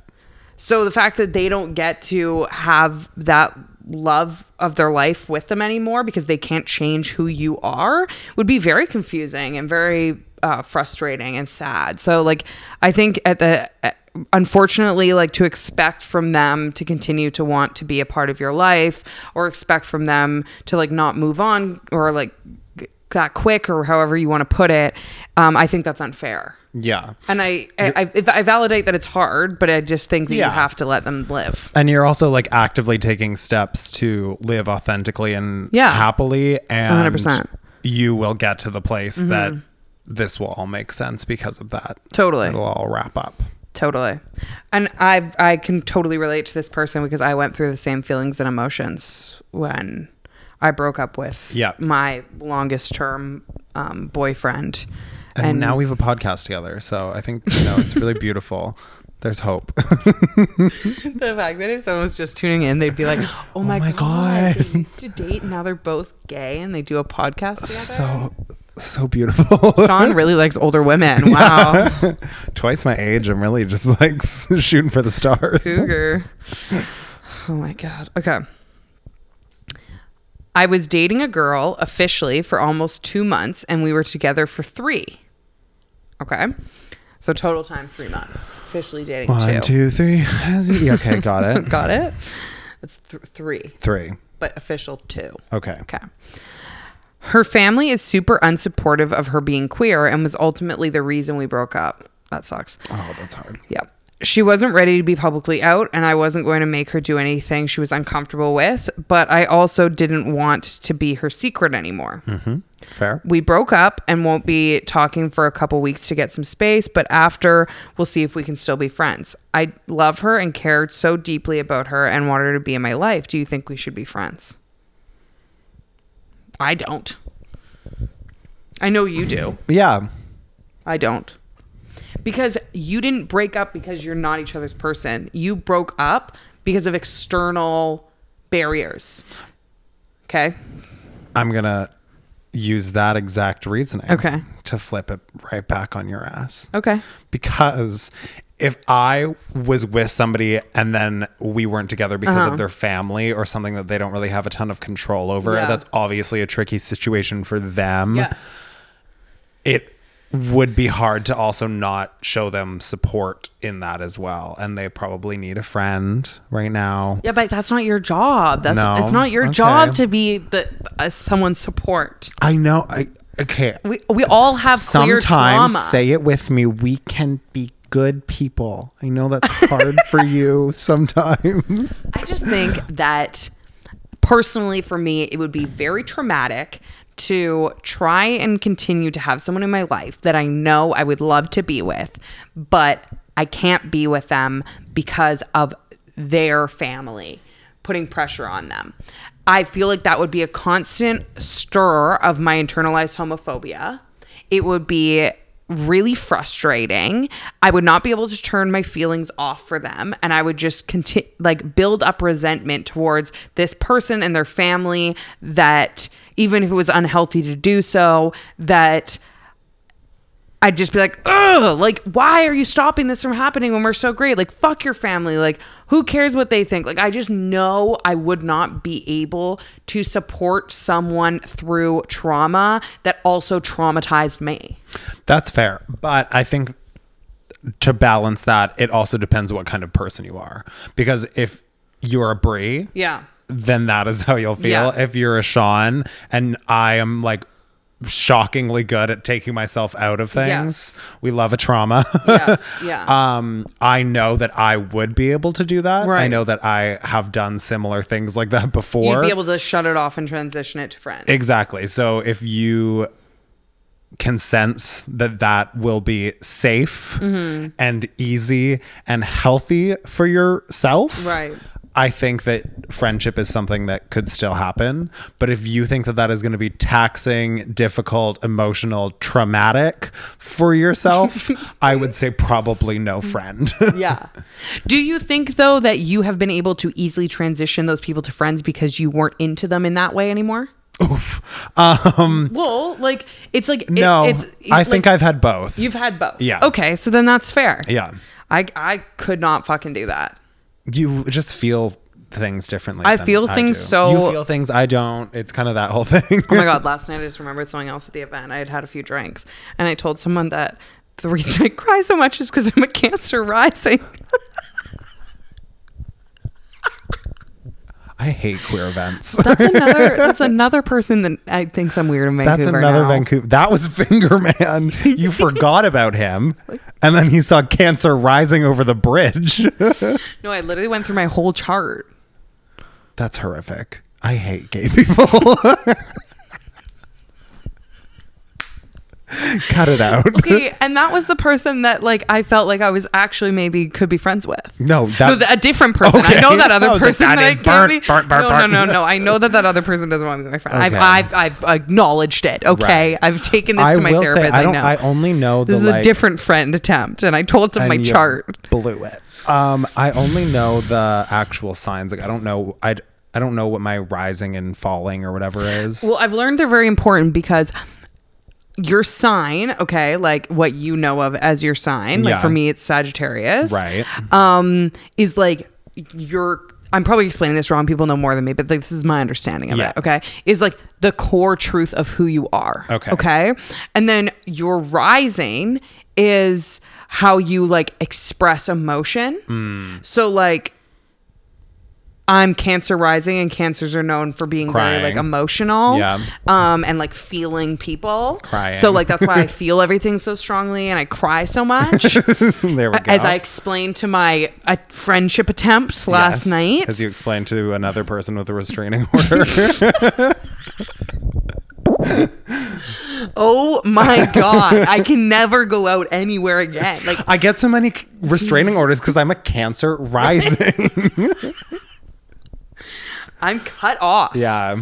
S2: So the fact that they don't get to have that love of their life with them anymore because they can't change who you are would be very confusing and very uh, frustrating and sad. So like I think at the uh, unfortunately like to expect from them to continue to want to be a part of your life or expect from them to like not move on or like g- that quick or however you want to put it um, i think that's unfair
S1: yeah
S2: and I, I, I, I validate that it's hard, but I just think that
S1: Yeah.
S2: you have to let them live.
S1: and you're also like actively taking steps to live authentically and
S2: Yeah.
S1: happily and
S2: 100%.
S1: you will get to the place
S2: Mm-hmm.
S1: that this will all make sense because of that
S2: Totally.
S1: it'll all wrap up
S2: Totally. And I, I can totally relate to this person because I went through the same feelings and emotions when I broke up with
S1: Yeah.
S2: my longest term um, boyfriend.
S1: and, now we have a podcast together so i think you know it's really beautiful [laughs] there's hope
S2: [laughs] the fact that if someone was just tuning in, they'd
S1: [gasps]
S2: be like, "Oh, my,
S1: my God."
S2: god, they used to date, and now they're both gay, and they do a podcast
S1: [laughs]
S2: together."
S1: so so beautiful [laughs]
S2: Sean really likes older women. Wow.
S1: twice my age i'm really just like [laughs] shooting for the stars
S2: Cougar. [laughs] Oh my god. Okay. I was dating a girl officially for almost two months, and we were together for three. Okay. So total time three months. Officially dating
S1: One,
S2: two.
S1: two, three. Has he- Okay, got it. [laughs]
S2: Got it? That's th- three,
S1: Three.
S2: but official two.
S1: Okay.
S2: Okay. Her family is super unsupportive of her being queer and was ultimately the reason we broke up. That sucks.
S1: Oh, that's hard.
S2: Yeah. She wasn't ready to be publicly out, and I wasn't going to make her do anything she was uncomfortable with, but I also didn't want to be her secret anymore.
S1: Fair.
S2: We broke up and won't be talking for a couple weeks to get some space, but after, we'll see if we can still be friends. I love her and cared so deeply about her and wanted her to be in my life. Do you think we should be friends? I don't. I know you do.
S1: Yeah.
S2: I don't. Because you didn't break up because you're not each other's person. You broke up because of external barriers. Okay.
S1: I'm going to use that exact reasoning
S2: Okay.
S1: to flip it right back on your ass.
S2: Okay.
S1: because if I was with somebody and then we weren't together because
S2: Uh-huh.
S1: of their family or something that they don't really have a ton of control over,
S2: Yeah.
S1: that's obviously a tricky situation for them.
S2: Yes.
S1: It would be hard to also not show them support in that as well. And they probably need a friend right now.
S2: Yeah, but that's not your job. That's
S1: No.
S2: it's not your
S1: Okay.
S2: job to be the uh, someone's support.
S1: I know. I okay.
S2: We we all have queer
S1: Sometimes
S2: trauma.
S1: say it with me. We can be good people. I know that's hard for
S2: [laughs]
S1: you sometimes.
S2: I just think that personally for me, it would be very traumatic to try and continue to have someone in my life that I know I would love to be with, but I can't be with them because of their family putting pressure on them. I feel like that would be a constant stir of my internalized homophobia. It would be really frustrating. I would not be able to turn my feelings off for them and I would just continue like build up resentment towards this person and their family that even if it was unhealthy to do so that I'd just be like, "Ugh, like why are you stopping this from happening when we're so great? Like fuck your family. Like who cares what they think? Like I just know I would not be able to support someone through trauma that also traumatized me."
S1: That's fair. But I think to balance that, it also depends what kind of person you are. Because if you're a Brie, [laughs]
S2: Yeah.
S1: then that is how you'll feel.
S2: Yeah.
S1: If you're a Sean and I am like shockingly good at taking myself out of things, we love a trauma.
S2: Yes. Yeah.
S1: [laughs] um i know that i would be able to do that i
S2: Right.
S1: know that i have done similar things like that before
S2: You'd be able to shut it off and transition it to friends.
S1: Exactly. So if you can sense that that will be safe
S2: Mm-hmm.
S1: and easy and healthy for yourself,
S2: Right.
S1: I think that friendship is something that could still happen. But if you think that that is going to be taxing, difficult, emotional, traumatic for
S2: [laughs]
S1: yourself, I would say probably no friend. [laughs]
S2: yeah. Do you think though that you have been able to easily transition those people to friends because you weren't into them in that way anymore?
S1: Oof. Um,
S2: Well, like it's like it-
S1: no,
S2: it's,
S1: I think
S2: like,
S1: I've had both.
S2: you've had both.
S1: Yeah.
S2: Okay, so then that's fair.
S1: yeah.
S2: I I could not fucking do that.
S1: you just feel things differently.
S2: I
S1: than
S2: feel things
S1: do.
S2: so-
S1: You feel things I don't. It's kind of that whole [laughs]
S2: [laughs]
S1: thing.
S2: Oh my god, last night I just remembered something else at the event. I had had a few drinks and I told someone that the reason [laughs] I cry so much is because I'm a cancer rising.
S1: I hate queer events.
S2: That's another that's another person that I thinks I'm weird in
S1: [laughs]
S2: Vancouver.
S1: That's another
S2: now.
S1: Vancouver. That was Finger Man.
S2: [laughs]
S1: You forgot about him, and then he saw cancer rising over the bridge. [laughs]
S2: No, I literally went through my whole chart.
S1: That's horrific. I hate gay people. [laughs] Cut it out.
S2: Okay, and that was the person that like I felt like I was actually maybe could be friends with.
S1: No, that,
S2: No, th- a different person. I
S1: Okay.
S2: know that other
S1: I was like,
S2: person
S1: that
S2: that,
S1: is
S2: I
S1: burnt,
S2: can't be.
S1: burnt, burnt,
S2: no,
S1: burnt.
S2: no, no, no. I know that that other person doesn't want me to be my friend.
S1: Okay.
S2: I've, I've I've acknowledged it. Okay,
S1: Right.
S2: I've taken this
S1: I
S2: to my
S1: will say
S2: therapist.
S1: I don't.
S2: know.
S1: I only know the
S2: this is
S1: like,
S2: a different friend attempt, and I told them my
S1: and you
S2: chart.
S1: blew it um i only know the actual signs like i don't know i i don't know what my rising and falling or whatever is
S2: Well, I've learned they're very important because your sign, okay, like what you know of as your sign, like
S1: Yeah.
S2: for me it's Sagittarius.
S1: Right.
S2: Um is like your I'm probably explaining this wrong. People know more than me, but like, this is my understanding of
S1: Yeah.
S2: it. Okay, is like the core truth of who you are.
S1: Okay.
S2: Okay, and then your rising is how you like express emotion.
S1: Mm.
S2: So like I'm Cancer Rising, and Cancers are known for being
S1: Crying.
S2: very like emotional,
S1: Yeah.
S2: um, and like feeling people.
S1: Crying.
S2: So like
S1: [laughs]
S2: that's why I feel everything so strongly, and I cry so much.
S1: [laughs] there we go.
S2: As I explained to my uh, friendship attempts
S1: Yes,
S2: last night,
S1: As you explained to another person with a restraining [laughs] order.
S2: oh
S1: [laughs]
S2: my god, I can never go out anywhere again. Like
S1: I get so many c- restraining orders because I'm a cancer rising.
S2: [laughs] I'm cut off.
S1: yeah.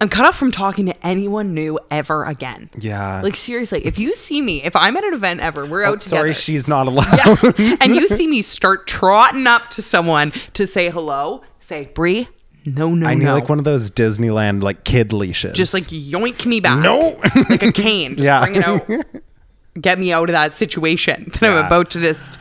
S2: I'm cut off from talking to anyone new ever again.
S1: Yeah. Oh,
S2: Like seriously, if you see me, if I'm at an event ever, we're out together.
S1: Sorry, she's not allowed.
S2: Yeah. and you see me start trotting up to someone to say hello, say, Brie, no, no,
S1: [laughs] I need
S2: no.
S1: like one of those Disneyland like kid leashes.
S2: just like yoink me back.
S1: No.
S2: [laughs] like a cane. Just
S1: Yeah.
S2: bring it out. Get me out of that situation [laughs] that I'm
S1: Yeah.
S2: about to just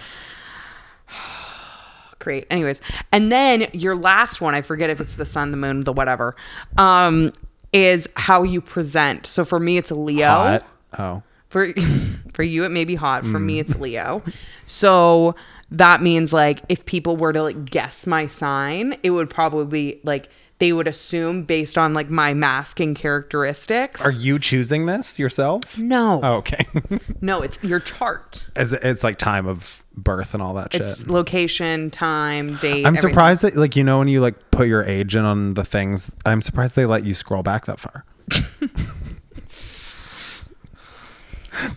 S2: [sighs] create. Anyways. And then your last one, I forget if it's the sun, the moon, the whatever, um, is how you present. So for me, it's Leo.
S1: Hot. Oh.
S2: For [laughs] for you, it may be hot. For
S1: Mm.
S2: me, it's Leo. So that means like if people were to like guess my sign, it would probably be like they would assume based on like my masking characteristics.
S1: Are you choosing this yourself?
S2: no,
S1: Oh, okay. [laughs]
S2: no, it's your chart.
S1: As it's like time of birth and all that shit.
S2: It's location, time, date.
S1: I'm
S2: everything.
S1: surprised that like you know when you like put your age in on the things, I'm surprised they let you scroll back that far.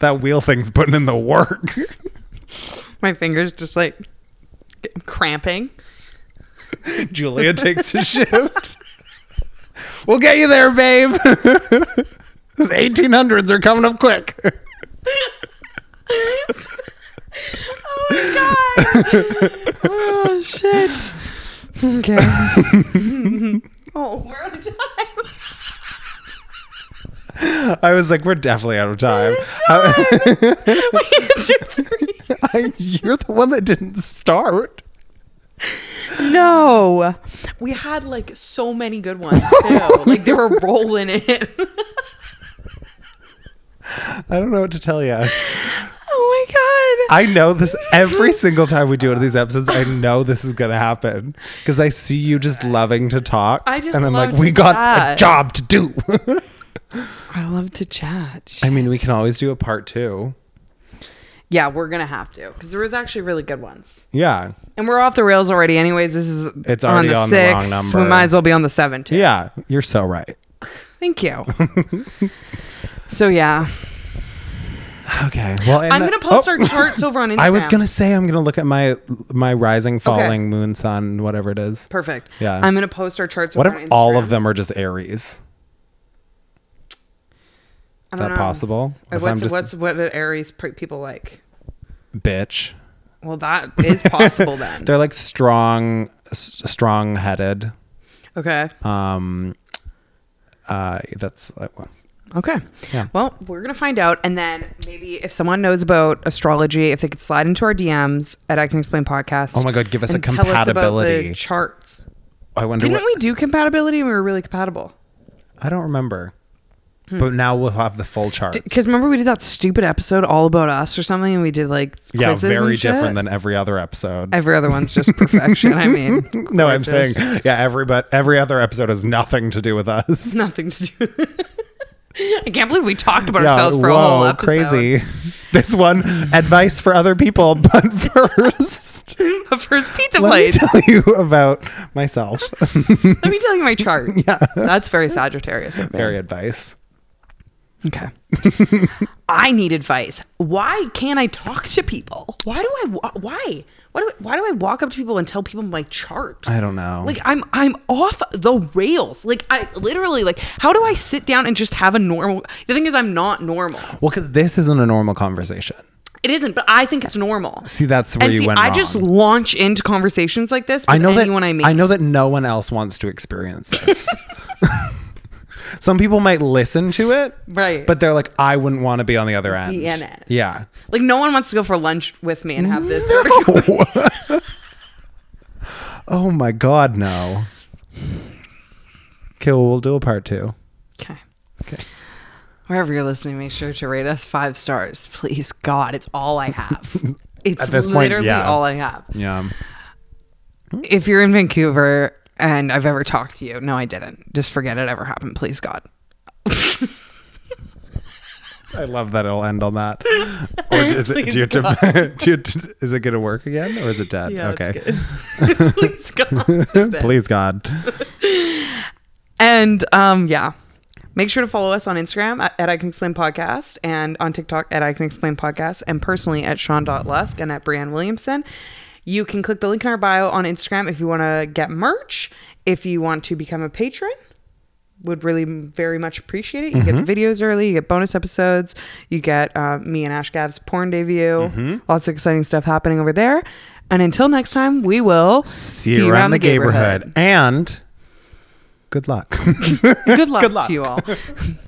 S1: that wheel thing's putting in the work.
S2: My fingers just like cramping.
S1: Julia takes a shift. we'll get you there, babe. the 1800s are coming up quick.
S2: Oh my god! [laughs] oh shit. [laughs] Okay. oh, we're out of time. [laughs]
S1: I was like, we're definitely out of time.
S2: We answered three.
S1: I, [laughs] you're the one that didn't start.
S2: No. We had like so many good ones [laughs] too. like they were rolling in.
S1: I don't know what to tell you.
S2: oh my god.
S1: I know this every single time we do one of these episodes. I know this is going to happen because I see you just loving to talk.
S2: I just
S1: and I'm
S2: love
S1: like, we
S2: to
S1: got a
S2: chat."
S1: job to do.
S2: I, love to chat.
S1: I mean, we can always do a part two.
S2: yeah, we're gonna have to because there was actually really good ones,
S1: Yeah.
S2: and we're off the rails already. Anyways, this is
S1: It's already on the wrong number.
S2: We might as well be on the seven too.
S1: Yeah. You're so right.
S2: Thank you.
S1: [laughs]
S2: so yeah,
S1: Okay. Well, and
S2: I'm
S1: the-
S2: gonna post
S1: oh,
S2: our charts over on
S1: [laughs]
S2: Instagram.
S1: I was gonna say I'm gonna look at my my rising, falling, moon, sun, whatever it is.
S2: Perfect.
S1: Yeah.
S2: I'm gonna post our charts.
S1: What
S2: over
S1: if
S2: on
S1: all
S2: Instagram.
S1: of them are just Aries?
S2: I
S1: Is
S2: don't
S1: that
S2: know.
S1: possible?
S2: Uh,
S1: If
S2: What's
S1: I'm just
S2: what's what did Aries pr- people like?
S1: bitch?
S2: Well, that
S1: [laughs]
S2: is possible then.
S1: They're like strong, s- strong headed.
S2: okay.
S1: Um, uh, that's uh, well,
S2: Okay.
S1: Yeah.
S2: Well, we're gonna find out, and then maybe if someone knows about astrology, if they could slide into our DMs at I Can Explain Podcast.
S1: Oh my God, give us a
S2: and tell us about the
S1: compatibility.
S2: charts.
S1: I wonder.
S2: Didn't
S1: What,
S2: we do compatibility? and We were really compatible.
S1: I don't remember. But now we'll have the full chart.
S2: Because remember we did that stupid episode all about us or something, and we did like
S1: yeah,
S2: quizzes
S1: very
S2: and shit?
S1: different than every other episode.
S2: every other one's just perfection. I mean,
S1: no, I'm saying,
S2: gorgeous.
S1: yeah, every but every other episode has nothing to do with us. [laughs]
S2: it's nothing to do. [laughs] I can't believe we talked about
S1: Yeah,
S2: ourselves for a whole
S1: whoa,
S2: episode.
S1: crazy. [laughs] This one advice for other people, [laughs] but first,
S2: The [laughs] first pizza
S1: let me
S2: place.
S1: tell you about [laughs] myself.
S2: Let me tell you my
S1: [laughs]
S2: chart. yeah. That's very Sagittarius of me.
S1: Very advice.
S2: Okay. [laughs] I need advice. Why can't I talk to people? Why do I wa- why? Why do I, why do I walk up to people and tell people my chart?
S1: I don't know.
S2: Like I'm I'm off the rails. Like I literally like how do I sit down and just have a normal The thing is I'm not normal.
S1: well, because this isn't a normal conversation.
S2: It isn't, but I think it's normal.
S1: See, that's where
S2: and
S1: you
S2: see,
S1: went
S2: I
S1: wrong.
S2: just launch into conversations like this with
S1: I know that
S2: anyone I meet.
S1: I know that no one else wants to experience
S2: [laughs]
S1: this. [laughs] Some people might listen to it,
S2: Right.
S1: But they're like, I wouldn't want to be on the other end.
S2: in it. [laughs]
S1: Yeah.
S2: Like no one wants to go for lunch with me and have this.
S1: [laughs] Oh my God, no. Okay, well, we'll do a part two.
S2: [laughs] Okay.
S1: Okay.
S2: Wherever you're listening, make sure to rate us five stars, please. God, it's all I have.
S1: [laughs]
S2: It's
S1: At this point,
S2: literally
S1: yeah.
S2: all I have.
S1: Yeah.
S2: If you're in Vancouver and I've ever talked to you, no, I didn't. Just forget it ever happened, please, God. [laughs]
S1: I love that it'll end on
S2: [laughs]
S1: that. Or is it, do you have to, [laughs] do you, is it going to work again or is it dead? okay. [laughs]
S2: please, God.
S1: Please, God.
S2: And um, yeah, make sure to follow us on Instagram at, at I Can Explain Podcast and on TikTok at I Can Explain Podcast and personally at Sean.Lusk and at Brianne Williamson. You can click the link in our bio on Instagram if you want to get merch, if you want to become a patron. Would really very much appreciate it. You get the videos early, you get bonus episodes, you get uh, me and Ash Gav's porn debut, lots of exciting stuff happening over there. And until next time, we will
S1: See, you around, the neighborhood. And good luck. [laughs]
S2: [laughs] Good luck,
S1: Good luck. [laughs]
S2: to you all. [laughs]